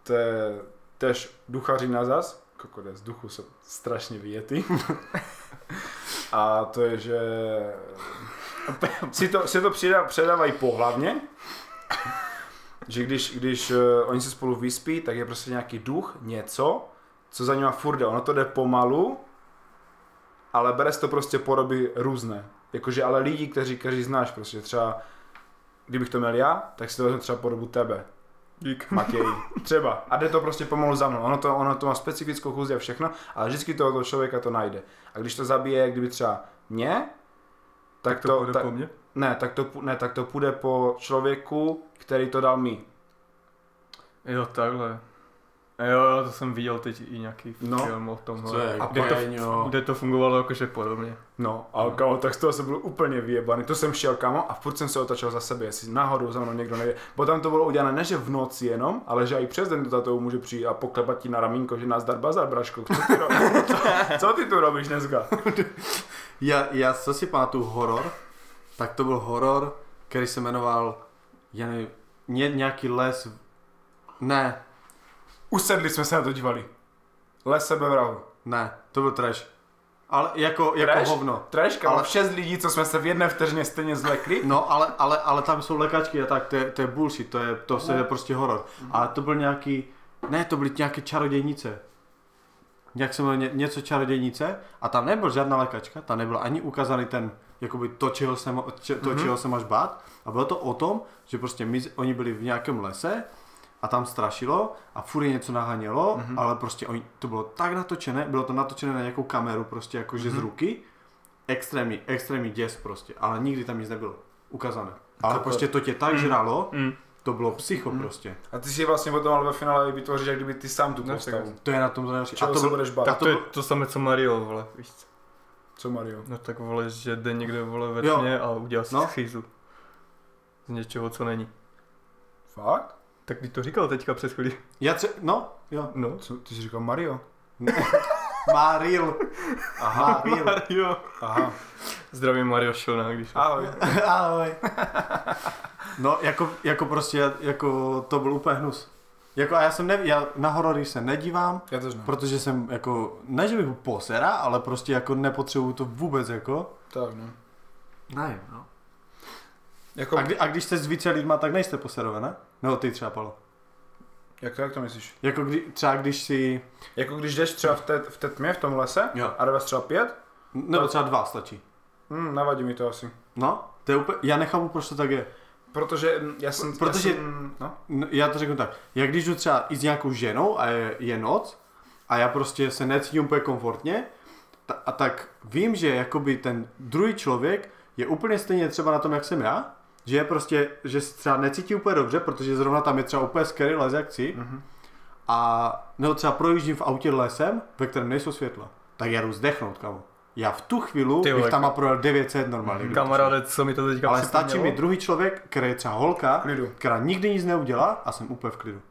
To je tež duchaři na zas. Kokode, z duchu jsou strašně vyjetý. A to je, že si to, si to přidá, předávají pohlavně, že když, když eh, oni se spolu vyspí, tak je prostě nějaký duch, něco, co za nima furt jde. Ono to jde pomalu, ale bere to prostě podoby různé. Jakože ale lidi, kteří, kteří znáš, prostě třeba, kdybych to měl já, tak si to vezmu třeba podobu tebe. Dík. Matěj. Třeba. A jde to prostě pomalu za mnou. Ono to, ono to má specifickou chůzi a všechno, ale vždycky toho člověka to najde. A když to zabije, jak kdyby třeba mě, tak, To bude ta, po mně? ne, tak to, pů- ne, tak to půjde po člověku, který to dal mi. Jo, takhle. Jo, jo, to jsem viděl teď i nějaký No. film o tomhle. Co je, A kde, to, no. Guajňo. kde to fungovalo jakože podobně. No, ale kámo, tak z toho jsem byl úplně vyjebaný. To jsem šel kámo a furt jsem se otačil za sebe, jestli náhodou za mnou někdo nejde. Bo tam to bylo udělané ne, že v noci jenom, ale že i přes den do tatou může přijít a poklepat ti na ramínko, že nás dar bazar, braško. Co ty, robíš? <laughs> co, co ty tu robíš dneska? Já, já co si pamatuju horor, tak to byl horor, který se jmenoval, já nevím, ně, nějaký les, ne, Usedli jsme se na to dívali. Les sebe vrahu. ne, to byl trash. Ale jako, jako Trash? hovno. Treška, ale Ale- šest lidí, co jsme se v jedné vteřině stejně zlekli. No, ale, ale, ale tam jsou lékačky a tak, to je, to je bullshit, to je, to se je prostě horor. Ale to byl nějaký, ne, to byly nějaké čarodějnice. Nějak se jmenuje ně, něco čarodějnice a tam nebyl žádná lékačka, tam nebyl ani ukázaný ten, jakoby to, čeho se, ma- če, to, čeho se máš bát. A bylo to o tom, že prostě my, oni byli v nějakém lese a tam strašilo a furt je něco nahánělo, ale prostě oni, to bylo tak natočené, bylo to natočené na nějakou kameru prostě jakože z ruky, extrémní, extrémní děs prostě, ale nikdy tam nic nebylo ukazané. Ale Super. prostě to tě tak žralo, Mm. to bylo psycho prostě. A ty si vlastně potom ale ve finále vytvoříš, jak kdyby ty sám tu No, postavu. tak. To je na tom to nejhorší. Čeho A to se bylo, budeš bát? tak To, to to je bylo, to samé, co Mario, vole, víš co? Co Mario? No tak vole, že jde někde vole ve Jo. tmě a udělal si No. no. schýzu. Z něčeho, co není. Fakt? Tak ty to říkal teďka před chvílí. já tře- no, jo, No. Co, ty jsi říkal Mario? Maril. Aha, Maril. Jo. Aha. Zdravím Mario Šilna, když... Ahoj. <laughs> Ahoj. No, jako, jako prostě, jako to byl úplně hnus. Jako a já jsem ne, já na horory se nedívám, Já to znám. protože jsem jako, ne že bych byl posera, ale prostě jako nepotřebuju to vůbec jako. Tak no. Ne, no. Jako, A, kdy, a když jste s více lidma, tak nejste poserové, ne? No ty třeba, Palo. jak to, jak to myslíš? Jako kdy, třeba když si... Jako když jdeš třeba v té, v té tmě, v tom lese, Jo. a jdeš třeba pět, Nebo třeba dva stačí. hm, navadí mi to asi. No, to je úplně... Já nechápu, proč to tak je. Protože hm, já jsem... Protože- Já jsem, no, No, Já to řeknu tak. Já když jdu třeba i s nějakou ženou a je, je noc a já prostě se necítím úplně komfortně, ta, a tak vím, že jakoby ten druhý člověk je úplně stejně třeba na tom, jak jsem já, že je prostě, že se třeba necítí úplně dobře, protože zrovna tam je třeba úplně scary les jak chci. Mhm. Mm-hmm. A nebo třeba projíždím v autě lesem, ve kterém nejsou světla. Tak já jdu zdechnout, kamo. Já v tu chvíli Ty bych vole, tam a projel 900 normálně. kdyby to šlo. Kamaráde, co mi to teďka Ale stačí mi připomnělo? druhý člověk, který je třeba holka, klidu. která nikdy nic neudělá a jsem úplně v klidu.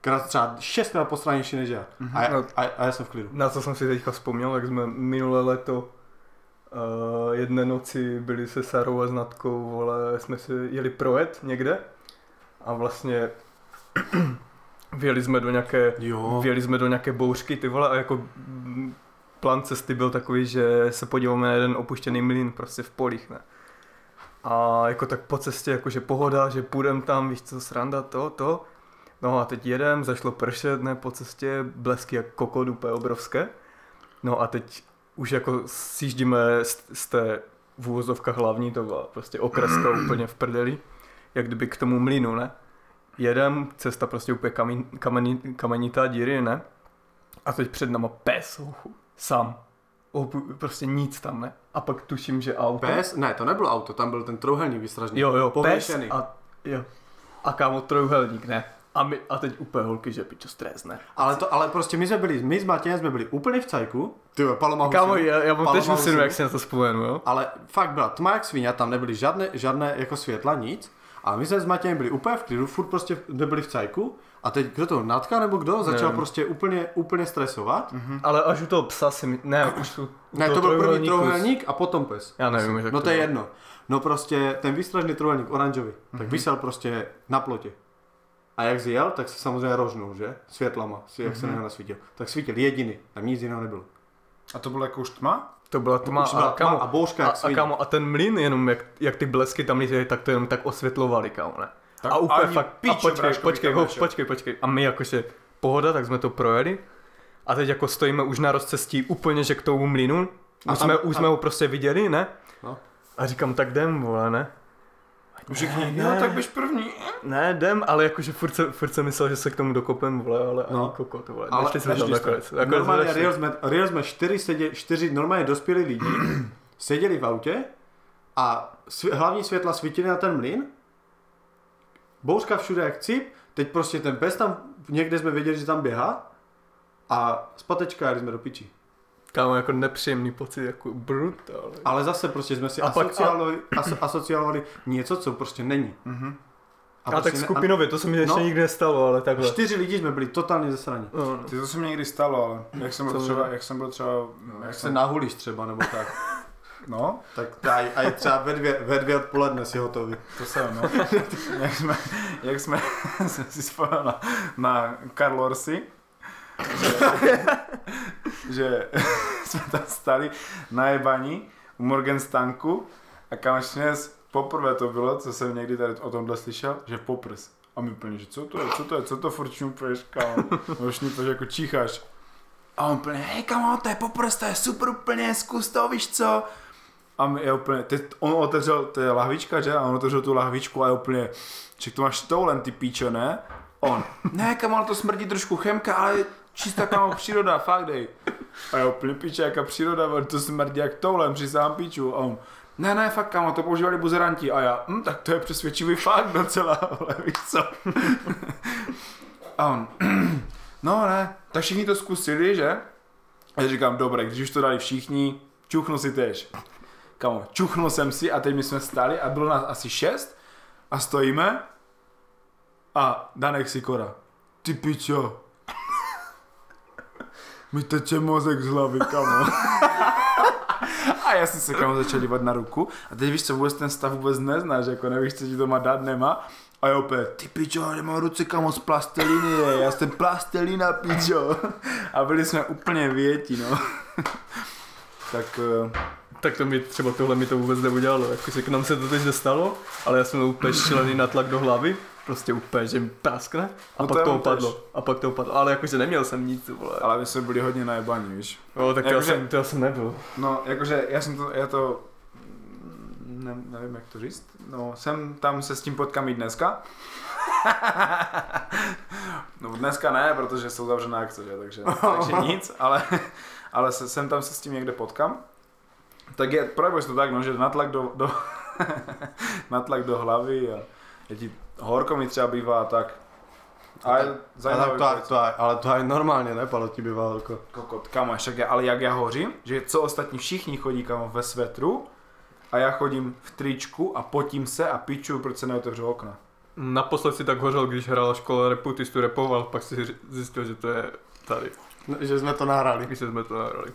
Která třeba šestkrát postranější než já. A já, no. a, a já jsem v klidu. Na co jsem si teďka vzpomněl, jak jsme minulé leto uh, jedné noci byli se Sarou a Znatkou, vole, jsme si jeli projet někde a vlastně <clears throat> vyjeli jsme do nějaké Jo. Vyjeli jsme do nějaké bouřky, ty vole, a jako mm, plán cesty byl takový, že se podíváme na jeden opuštěný mlín prostě v polích, ne? A jako tak po cestě, jakože pohoda, že půjdem tam, víš co, sranda, to, to. No a teď jedem, zašlo pršet, ne, po cestě, blesky jak kokot úplně obrovské. No a teď už jako sjíždíme z, z té v úvozovkách hlavní, to byla prostě <clears throat> okreska úplně v prdeli, jak kdyby k tomu mlínu, ne? jedem, cesta prostě úplně kamen, kameni, kamenitá díry, ne? A teď před náma pes, hochu, sám. Opu, prostě nic tam, ne? A pak tuším, že auto. Pes? Ne, to nebylo auto, tam byl ten trouhelník vystražný. Jo, jo, Pověšený. pes a, jo. a kámo trojuhelník, ne? A, my, a teď úplně holky, že pičo stres, ne? Ale, to, ale prostě my jsme byli, my s Matějem jsme byli úplně v cajku. Ty jo, Paloma Kámo, husinu. já, já mám Paloma teď musím, husinu. jak si na to vzpomenu, jo? Ale fakt byla tma jak svině, tam nebyly žádné, žádné jako světla, nic. A my jsme s Matějem byli úplně v klidu, furt prostě nebyli v cajku. A teď kdo to, Natka nebo kdo, začal Nevím. Mhm. prostě úplně, úplně stresovat. Mm-hmm. Ale až u toho psa si mi... Ne, už u, u Ne, to, toho byl první trojuhelníku- trouhelník a potom pes. Já nevím, jak No to je bylo. jedno. No prostě ten výstražný trouhelník oranžový, tak Mhm. mm-hmm. vysel prostě na plotě. A jak zjel, tak se samozřejmě rožnul, že? Světlama, si- jak mm-hmm. Mhm. se na něho nasvítil. Tak svítil jediný, tam nic jiného nebylo. A to bylo jako už tma? To byla tma Už byla a, tma kámo, a bouřka a, jak a, svině. kámo, a ten mlín jenom, jak, jak ty blesky tam lítají, tak to jenom tak osvětlovaly, kámo, ne? Tak Tak a úplně ani fakt, píče, a počkej, bráško, počkej, bych tam ho, nešel. počkej, počkej. A my jakože pohoda, tak jsme to projeli. A teď jako stojíme už na rozcestí úplně, že k tomu mlínu. A Už, tam- jsme, už a- jsme ho prostě viděli, ne? No. A říkám, tak jdem, vole, ne? Všichni, "No, ne. jo, tak běž první. Ne, jdem, ale jakože furt, se, furt jsem myslel, že se k tomu dokopem, vole, ale no. No. ani kokot, vole. Ale Nešli jsme nešli tam jste. nakonec. nakonec Normálně nešli. real jsme, real jsme čtyři, sedě, čtyři normálně <clears throat> dospělí lidi, seděli v autě a sv, hlavní světla svítily na ten mlyn, bouřka všude jak cip, teď prostě ten pes tam, někde jsme věděli, že tam běhá, A zpatečkáři jsme do piči. Kámo, jako nepříjemný pocit, jako brutál. Ale zase prostě jsme si A pak- asocialovali, aso, asocialovali něco, co prostě není. prostě Mhm. A, a tak ne- skupinově, to se mi ještě No. nikdy nestalo, ale a takhle. čtyři lidi jsme byli totálně zesraní. No, no. Ty to se mi někdy stalo, ale jak jsem byl Co? třeba, jak jsem byl třeba, No, Jak se nahulíš třeba nebo tak, no, tak a, a je třeba ve dvě, ve dvě odpoledne si hotový. to se no, <laughs> jak jsme, jak jsme, <laughs> jsem si spojil na, na Karl Orsi, že, <laughs> že <laughs> jsme tam stali na jebaní u Morgenstanku a kámoš dnes poprvé to bylo, co jsem někdy tady o tomhle slyšel, že poprs. A my úplně, že co to je, co to je, co to furt šňupeš, kámo, No, šňupeš jako čícháš. A on úplně, hej kamo, to je poprs, to je super úplně, zkus to, víš co? A my je úplně, teď on otevřel, to je lahvička, že? A on otevřel tu lahvičku a je úplně, že to máš toulen, ty píčo, ne? On, ne kamo, ale to smrdí trošku chemka, ale čistá kamo příroda, fakt dej. A jo, úplně piče, jaká příroda, vole, to smrdí jak toulem, přisám piču. A on, ne, ne, fakt kámo, to používali buzeranti. A já, hm, tak to je přesvědčivý fakt docela, ale víš co. A on, no ne, tak všichni to zkusili, že? A já říkám, dobré, když už to dali všichni, čuchnu si tež. Kamo, čuchnul jsem si a teď my jsme stali a bylo nás asi šest a stojíme a Danek Sikora. Ty pičo. <laughs> Mi teče mozek z hlavy, kamo. <laughs> A já jsem se kamo začal dívat na ruku a teď víš, co vůbec ten stav vůbec neznáš, jako nevíš, co ti to má dát, nemá. A já opět, ty pičo, já mám ruce kamo z plasteliny, je, já jsem plastelina, pičo. <laughs> A byli jsme úplně věti, no. <laughs> tak, eh, Tak to mi třeba tohle mi to vůbec neudělalo, jako se k nám se to teď dostalo, ale já jsem byl úplně šílený na tlak do hlavy, prostě úplně, že mi praskne a No to pak já to mám opadlo, a pak to opadlo, ale jakože neměl jsem nic, vole. ale my jsme byli hodně najebaní, víš. Jo, tak to já, Jakože- jsem, to já jsem nebyl. No, jakože já jsem to, já to, ne, nevím jak to říct, no jsem tam se s tím potkám i dneska. <laughs> no dneska ne, protože jsou zavřená akce, že? Takže, <laughs> takže nic, ale, ale se, sem tam se s tím někde potkám. Tak je, projevuje se to tak, no, že natlak do, do, <laughs> natlak do hlavy a je ti, horko mi třeba bývá a tak. A je Ale zajímavý to, pocit. aj- to, aj- ale to aj normálně, ne, Palo, ti bývalo jako. Kokot, kamo, však já, ale jak já hořím, že co ostatní všichni chodí kamo ve svetru a já chodím v tričku a potím se a piču, proč se neotevřu okna. Naposled si tak hořel, když hrála škola repu, ty jsi tu repoval, pak si ři- zjistil, že to je tady, No, že jsme to nahrali. když jsme to nahrali.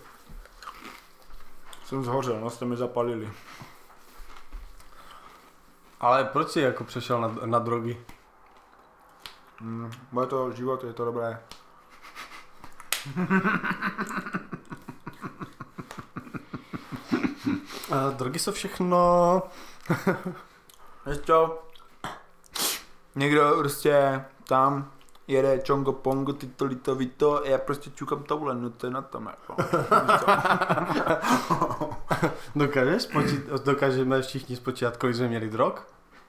Jsem zhořel, no jste mi zapalili. Ale proč jsi jako přešel na, na drogy? Mm, bude to život, je to dobré. Uh, drogy jsou všechno... Víš co? Někdo prostě tam jede čongo pongo, ty to lito vito a já prostě čukám toule, no to je na tom jako. Víš co? Dokážeš spočít, dokážeme všichni spočítat, kolik jsme měli drog?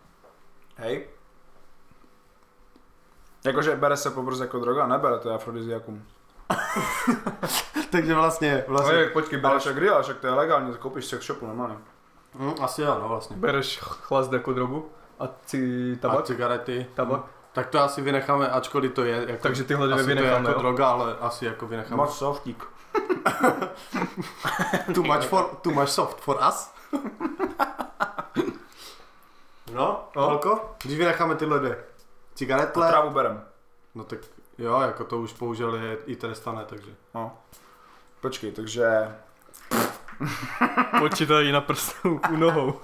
<laughs> Hej. Jakože bere se poprvé jako droga, nebere to je afrodiziakum. Takže vlastně, Ale vlastně... jak, počkej, ale však real, však to je legálně, to koupíš v sex shopu normálně. Mm, asi jo, no vlastně. Bereš chlast jako drogu a ci Tabak? A tabak, cigarety. tabak, Tak to asi vynecháme, ačkoliv to je jako... takže tyhle dvě asi to je vynecháme, jako jo? droga, ale asi jako vynecháme. Moc softík. Too much, for, too much soft for us. no, No. Alko? Když vynecháme tyhle dvě. A Cigaretle. trávu berem. No tak jo, jako to už použil je i trestané, takže. No. Počkej, takže... počítají na prstu u nohou.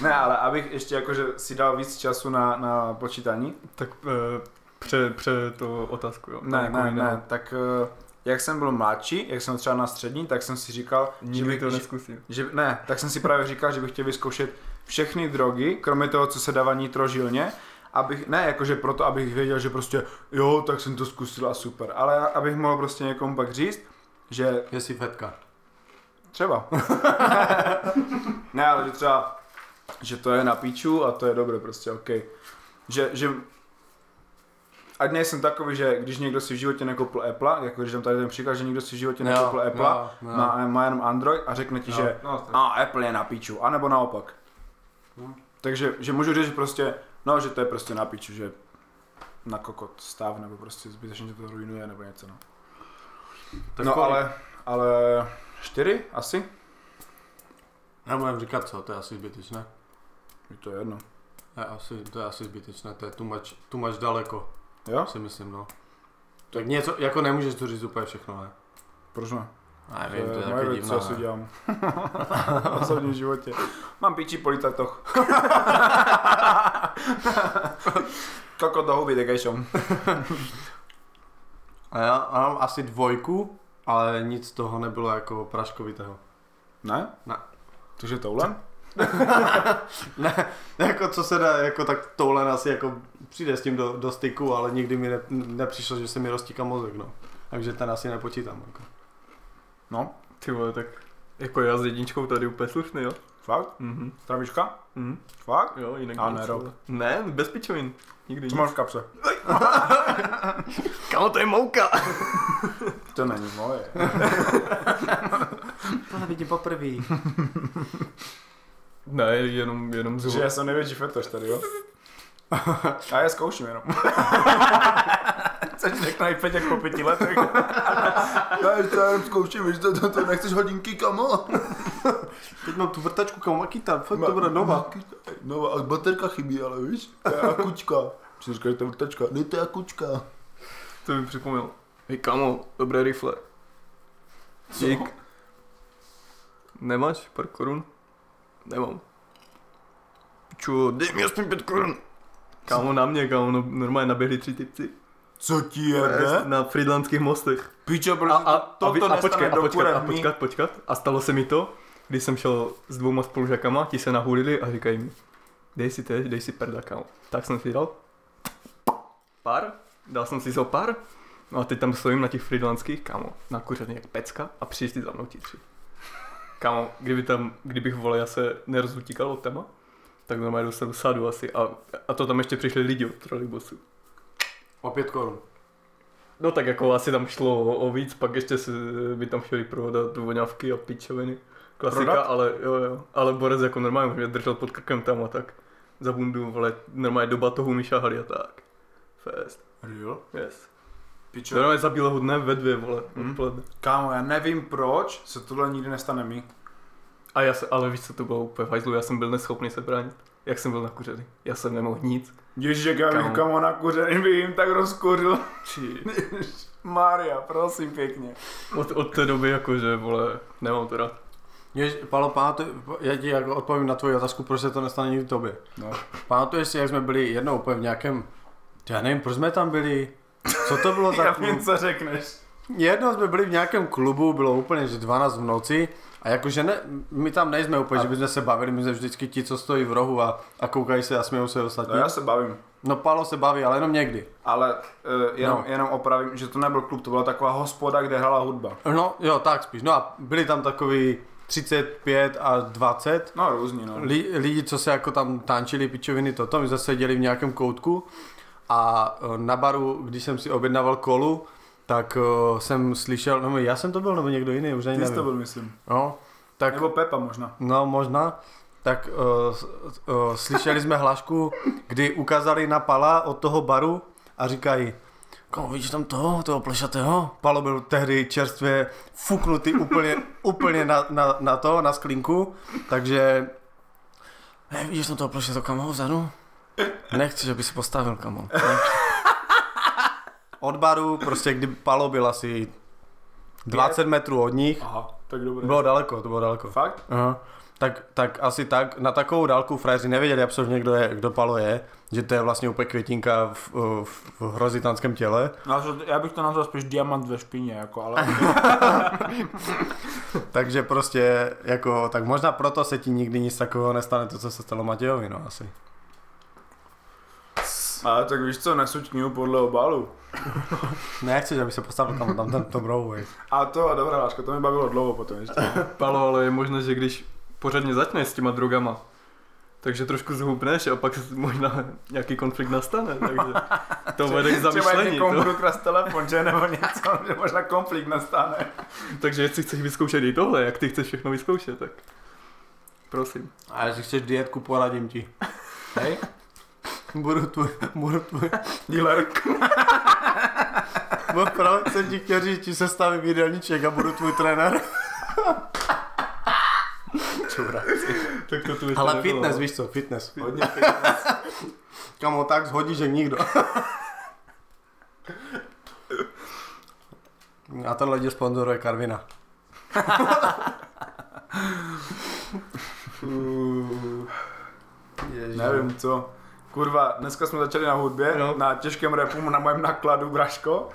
Ne, ale abych ještě jakože si dal víc času na, na počítání. Tak eh, pře, pře to otázku, jo? Jako Ne, Někoho ne, jiného. ne, tak eh, jak jsem byl mladší, jak jsem třeba na střední, tak jsem si říkal, že Nikdy bych, to že, neskusím. že, ne, tak jsem si právě říkal, že bych chtěl vyzkoušet všechny drogy, kromě toho, co se dává nitrožilně, abych, ne jakože proto, abych věděl, že prostě jo, tak jsem to zkusil a super, ale abych mohl prostě někomu pak říct, že Je si fetka. <laughs> Třeba. ne, ale že třeba, že to je na píču a to je dobré prostě, OK. Že, že ať nejsem takový, že když někdo si v životě nekoupil Apple, jako když tam tady ten příklad, že někdo si v životě nekoupil Apple, jo, jo. má, má jenom Android a řekne ti, Jo. že No, a Apple je na píču, anebo naopak. No. Takže že můžu říct že prostě, no, že to je prostě na píču, že na kokot stav, nebo prostě zbytečně tě to ruinuje, nebo něco, no. Tak no kolik? ale, ale čtyři asi? Nebudem říkat co, to je asi zbytečné. Je to jedno. To je asi, to je asi zbytečné, to je tu mač, tu mač daleko, Jo? si myslím, no. Tak něco, jako nemůžeš to říct úplně všechno, ne? Proč ne? Já To je moje věc, co já si dělám. v osobním životě. Mám piči policajtoch. Koko do huby, tak ješom. A já, já mám asi dvojku, ale nic z toho nebylo jako praškovitého. Ne? Ne. Takže tohle? <laughs> ne, jako co se dá, jako tak tohle asi jako přijde s tím do, do styku, ale nikdy mi ne, nepřišlo, že se mi roztíká mozek, no. Takže ten asi nepočítám, jako. No, Ty vole, tak jako já s jedničkou tady úplně slušný, jo? fakt? Mhm. Travička? Mhm. Fakt? Jo, jinak A nic, nerob. vole. Ne, bez pičovin. Nikdy Co nic. máš v kapse? Kamo, to je mouka! To není <laughs> moje. Tohle vidím poprvé. Ne, jenom, jenom Že zhul. já jsem největší fetoš tady, <laughs> jo? A já zkouším jenom. Chceš řekne i Peťa po <laughs> pěti letech? Já to jenom zkouším, víš, to, to, to nechceš hodinky, kamo? Teď mám tu vrtačku, kamo, Makita, fakt Ma- to bude nová. No a baterka chybí, ale víš? To je akučka. Jsem říkal, že to je vrtačka. Ne, to je akučka. To mi připomněl. Hej kamo, dobré rifle. Dík. Nemáš pár korun? Nemám. Čo, dej mi aspoň pět korun. Kámo na mě, kámo, no, normálně naběhli tři typci. Co ti jebe? Na Friedlandských mostech. Pičo, protože A, a, to, a, vy- to a, počkat, a, počkat, a kurevní. počkat, počkat. A stalo se mi to, když jsem šel s dvouma spolužakama, ti se nahulili a říkají mi, dej si teď, dej si perda, kámo. Tak jsem si dal pár, dal jsem si zo pár, no a teď tam stojím na těch friedlandských, kámo, na kuřený jak pecka a přišli za mnou ti tři. Kámo, kdyby tam, kdybych vole, já se nerozhutíkal od téma, tak normálně dostanu sadu asi a, a to tam ještě přišli lidi od trolejbusu. O pět korun. No tak jako asi tam šlo o, o víc, pak ještě se, by tam chtěli prodat voňavky a pičoviny. Klasika, Prodat? ale jo, jo. Ale Borec jako normálně mě držel pod krkem tam a tak. Za bundu, vole, normálně do batohu mi šahali a tak. Fest, Real? yes. Pičo. To normálně zabilo ho dne ve dvě, vole, Mhm. hmm. odpoledne. Kámo, já nevím proč se tohle nikdy nestane mi. A já se, ale víš co, to bylo úplně fajzlu, já jsem byl neschopný se bránit. Jak jsem byl nakuřený, já jsem nemohl nic. Ježíšek, já Kámo. bych kamo na <laughs> kuřený by jim tak rozkuřil. Či... Maria, prosím pěkně. Od, od té doby jakože, vole, nemám to rád. Jež, Palo, pamatuje, já ti jako odpovím na tvoji otázku, proč se to nestane nikdy tobě. No. Pamatuješ si, jak jsme byli jednou úplně v nějakém, já nevím, proč jsme tam byli, co to <laughs> bylo za Já klub? vím, co řekneš. Jednou jsme byli v nějakém klubu, bylo úplně že 12 v noci a jakože ne, my tam nejsme úplně, A- že bychom se bavili, my jsme vždycky ti, co stojí v rohu a, a koukají se a smějou se ostatní. No já se bavím. No Palo se baví, ale jenom někdy. Ale uh, jenom, No. no. jenom opravím, že to nebyl klub, to byla taková hospoda, kde hrála hudba. No jo, tak spíš. No a byli tam takový 35 a 20 No různý, no. Li, lidi, co se jako tam tančili pičoviny toto, my zase seděli v nějakém koutku a eh, na baru, když jsem si objednával kolu, tak eh, jsem slyšel, no já jsem to byl nebo někdo jiný, už ani Ty jsi nevím. to byl, myslím. No, tak, Nebo Pepa možná. no možná, tak uh, uh, slyšeli jsme hlášku, kdy ukázali na Pala od toho baru a říkají, Komu vidíš tam toho, toho plešatého? Palo byl tehdy čerstvě fuknutý úplně, úplně na, na, na, to, na sklinku, takže... Ne, vidíš tam toho plešatého kamo vzadu? Nechci, že by se postavil kamo. Od baru, prostě kdy Palo byl asi 20 metrů od nich, Aha, tak dobré. bylo daleko, to bylo daleko. Fakt? Aha. Tak, tak asi tak, na takovou dálku frajeři nevěděli absolutně, kdo, je, kdo Palo je, že to je vlastně úplně květinka v, v, v hrozitánském těle. Nazval- No, Já bych to nazval spíš diamant ve špině, jako, <laughs> ale Takže prostě, jako, tak možná proto se ti nikdy nic takového nestane, to, co se stalo Matějovi, no asi. Ale tak víš co, nesu knihu podle obalu. Nechci, že by se postavil kam tam ten tom rohu, vej. A to, dobrá láška, to mi bavilo dlouho potom ještě. Palo, ale je možné, že když pořádně začneš s těma drogama, takže trošku zhubneš a pak se možná nějaký konflikt nastane, takže to vede k zamyšlení. Třeba To. někomu ukras telefon, že nebo něco, <laughs> že možná konflikt nastane. Takže jestli chceš vyzkoušet i tohle, jak ty chceš všechno vyzkoušet, tak prosím. A jestli chceš dietku, poradím ti. Hej. Budu tvůj, budu tvůj. Dealer. No právě jsem ti chtěl říct, ti se stavím jídelníček a budu tvůj trenér. Čura. Tak to tu ještě Ale nebylo. fitness, víš co, fitness. Hodně pěkně. Kamo, tak zhodí, že nikdo. A tenhle díl sponzoruje Karvina. Ježiš. Nevím co. Kurva, dneska jsme začali na hudbě, No. no. na těžkém repu, na mojem nákladu, braško.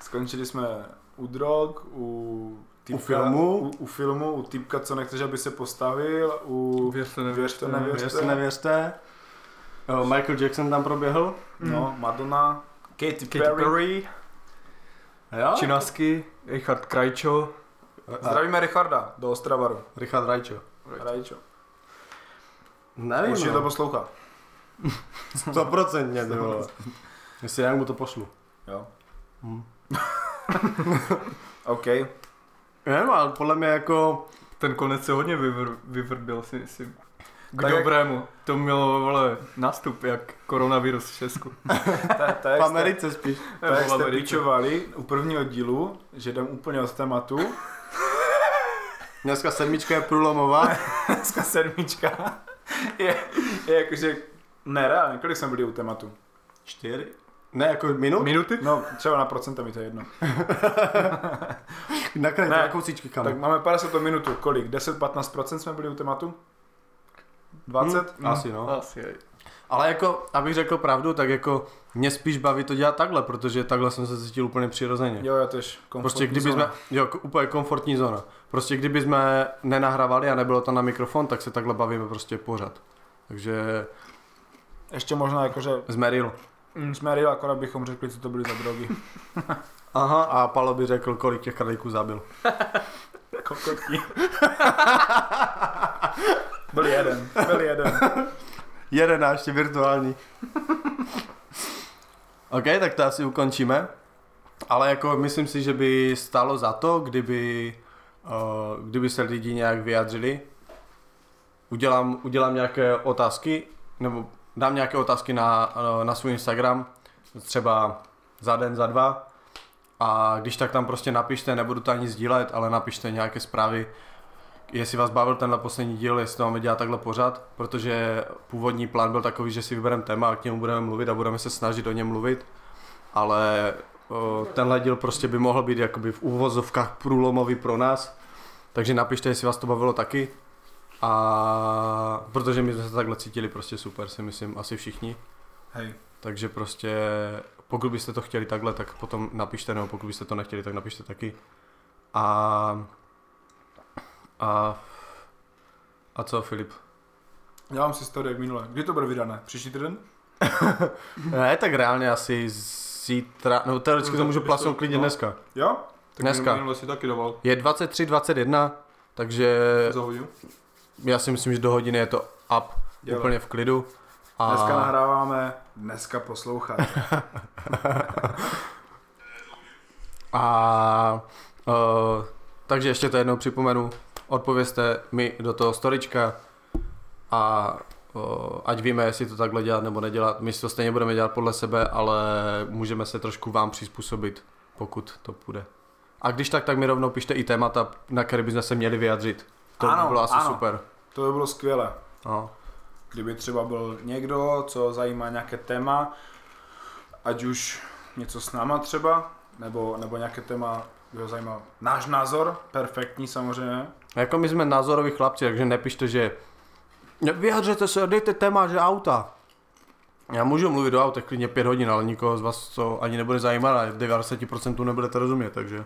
Skončili jsme u drog, u typka, filmu. U, u, filmu, u typka, co nechceš, aby se postavil, u... Věř to, Věř to, nevěř. Věřte, nevěřte. Jo, Michael Jackson tam proběhl. No, Madonna, Katy Perry. Katy Perry, Jo? Činasky, Richard Krajčo. Zdravíme Richarda do Ostravaru. Richard Rajčo. Rajčo. Nevím, Určitě to no. poslouchá. prostě- Stoprocentně, ty <laughs> vole. Jestli já mu to pošlu. Jo. Hm. <laughs> OK. Nevím, ale podle mě jako... Ten konec se hodně vyvr, vyvrbil, si myslím. K Tak jak- dobrému. To mělo, vole, nástup, jak koronavirus v Česku. Ta, ta, V jak jste, Americe spíš. ta, jak Nebo v jste Americe. pičovali u prvního dílu, že jdem úplně od <laughs> tématu. Dneska sedmička je průlomová. Dneska sedmička je, je jakože nereálně. Kolik jsme byli u tématu? Čtyři? Ne, jako minut? Minuty? No, třeba na procenta mi to je jedno. Nakonec Ne. na kousíčky, kam. Tak máme 50 minutu. Kolik? 10-15% jsme byli u tématu? 20? Hm, asi no. Asi, je. Ale jako, abych řekl pravdu, tak jako mě spíš baví to dělat takhle, protože takhle jsem se cítil úplně přirozeně. Jo, já tež. Prostě kdyby jsme, jo, k- úplně komfortní zóna. Prostě kdyby jsme nenahrávali a nebylo to na mikrofon, tak se takhle bavíme prostě pořád. Takže Ještě možná jakože Mm, jsme real. jsme real, akorát bychom řekli, co to byly za drogy. Aha, a Palo by řekl, kolik těch králíků zabil. <laughs> Kokotí. byl jeden, byl jeden. Jeden a ještě virtuální. <laughs> OK, tak to asi ukončíme. Ale jako myslím si, že by stálo za to, kdyby, eh, kdyby se lidi nějak vyjadřili. Udělám, udělám nějaké otázky, nebo dám nějaké otázky na, eh, na svůj Instagram, třeba za den, za dva. A když tak tam prostě napište, nebudu to ani sdílet, ale napište nějaké zprávy, jestli vás bavil tenhle poslední díl, jestli to máme dělat takhle pořád, protože původní plán byl takový, že si vybereme téma a k němu budeme mluvit a budeme se snažit o něm mluvit, ale o, tenhle díl prostě by mohl být jakoby v úvozovkách průlomový pro nás, takže napište, jestli vás to bavilo taky. A protože my jsme se takhle cítili prostě super, si myslím, asi všichni. Hej, Takže prostě, pokud byste to chtěli takhle, tak potom napište, nebo pokud byste to nechtěli, tak napište taky. A... A... A co, Filip? dělám si story jak minule. Kdy to bude vydané? Příští týden? Ne, tak reálně asi zítra, no teoreticky to můžu plasnout klidně dneska. Jo? Tak Dneska. minule si taky dával Je 23.21, takže za hodinu. já si myslím, že do hodiny je to up, Dělej. úplně v klidu. A... Dneska nahráváme, dneska poslouchat. A uh, takže ještě to jednou připomenu, odpovězte mi do toho storička a uh, ať víme, jestli to takhle dělat nebo nedělat. My si to stejně budeme dělat podle sebe, ale můžeme se trošku vám přizpůsobit, pokud to půjde. A když tak, tak mi rovnou pište i témata, na které bychom se měli vyjadřit. To ano, by Ano, bylo asi ano. ano. super. To by bylo skvělé. No. Kdyby třeba byl někdo, co zajímá nějaké téma, ať už něco s náma třeba, nebo, nebo nějaké téma, by ho zajímal náš názor, perfektní samozřejmě. A Jako my jsme názoroví chlapci, takže nepište, že "Ne, vyjadřete se, dejte téma, že auta. Já můžu mluvit do auta klidně pět hodin, ale nikoho z vás to ani nebude zajímat a 90% nebudete rozumět, takže.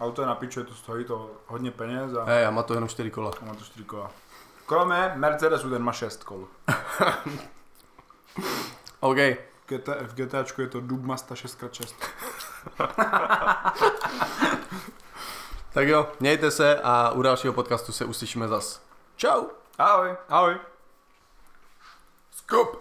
Auto je na piču, je to stojí to hodně peněz a, Hej, já má to jenom čtyři kola. a má to 4 kola. Kromě Mercedesu, ten má 6 kol. OK, V GT, v GTAčku je to Dubmasta 6x6. tak jo, mějte se a u dalšího podcastu se uslyšíme zas. Čau! Ahoj. Ahoj. Skup.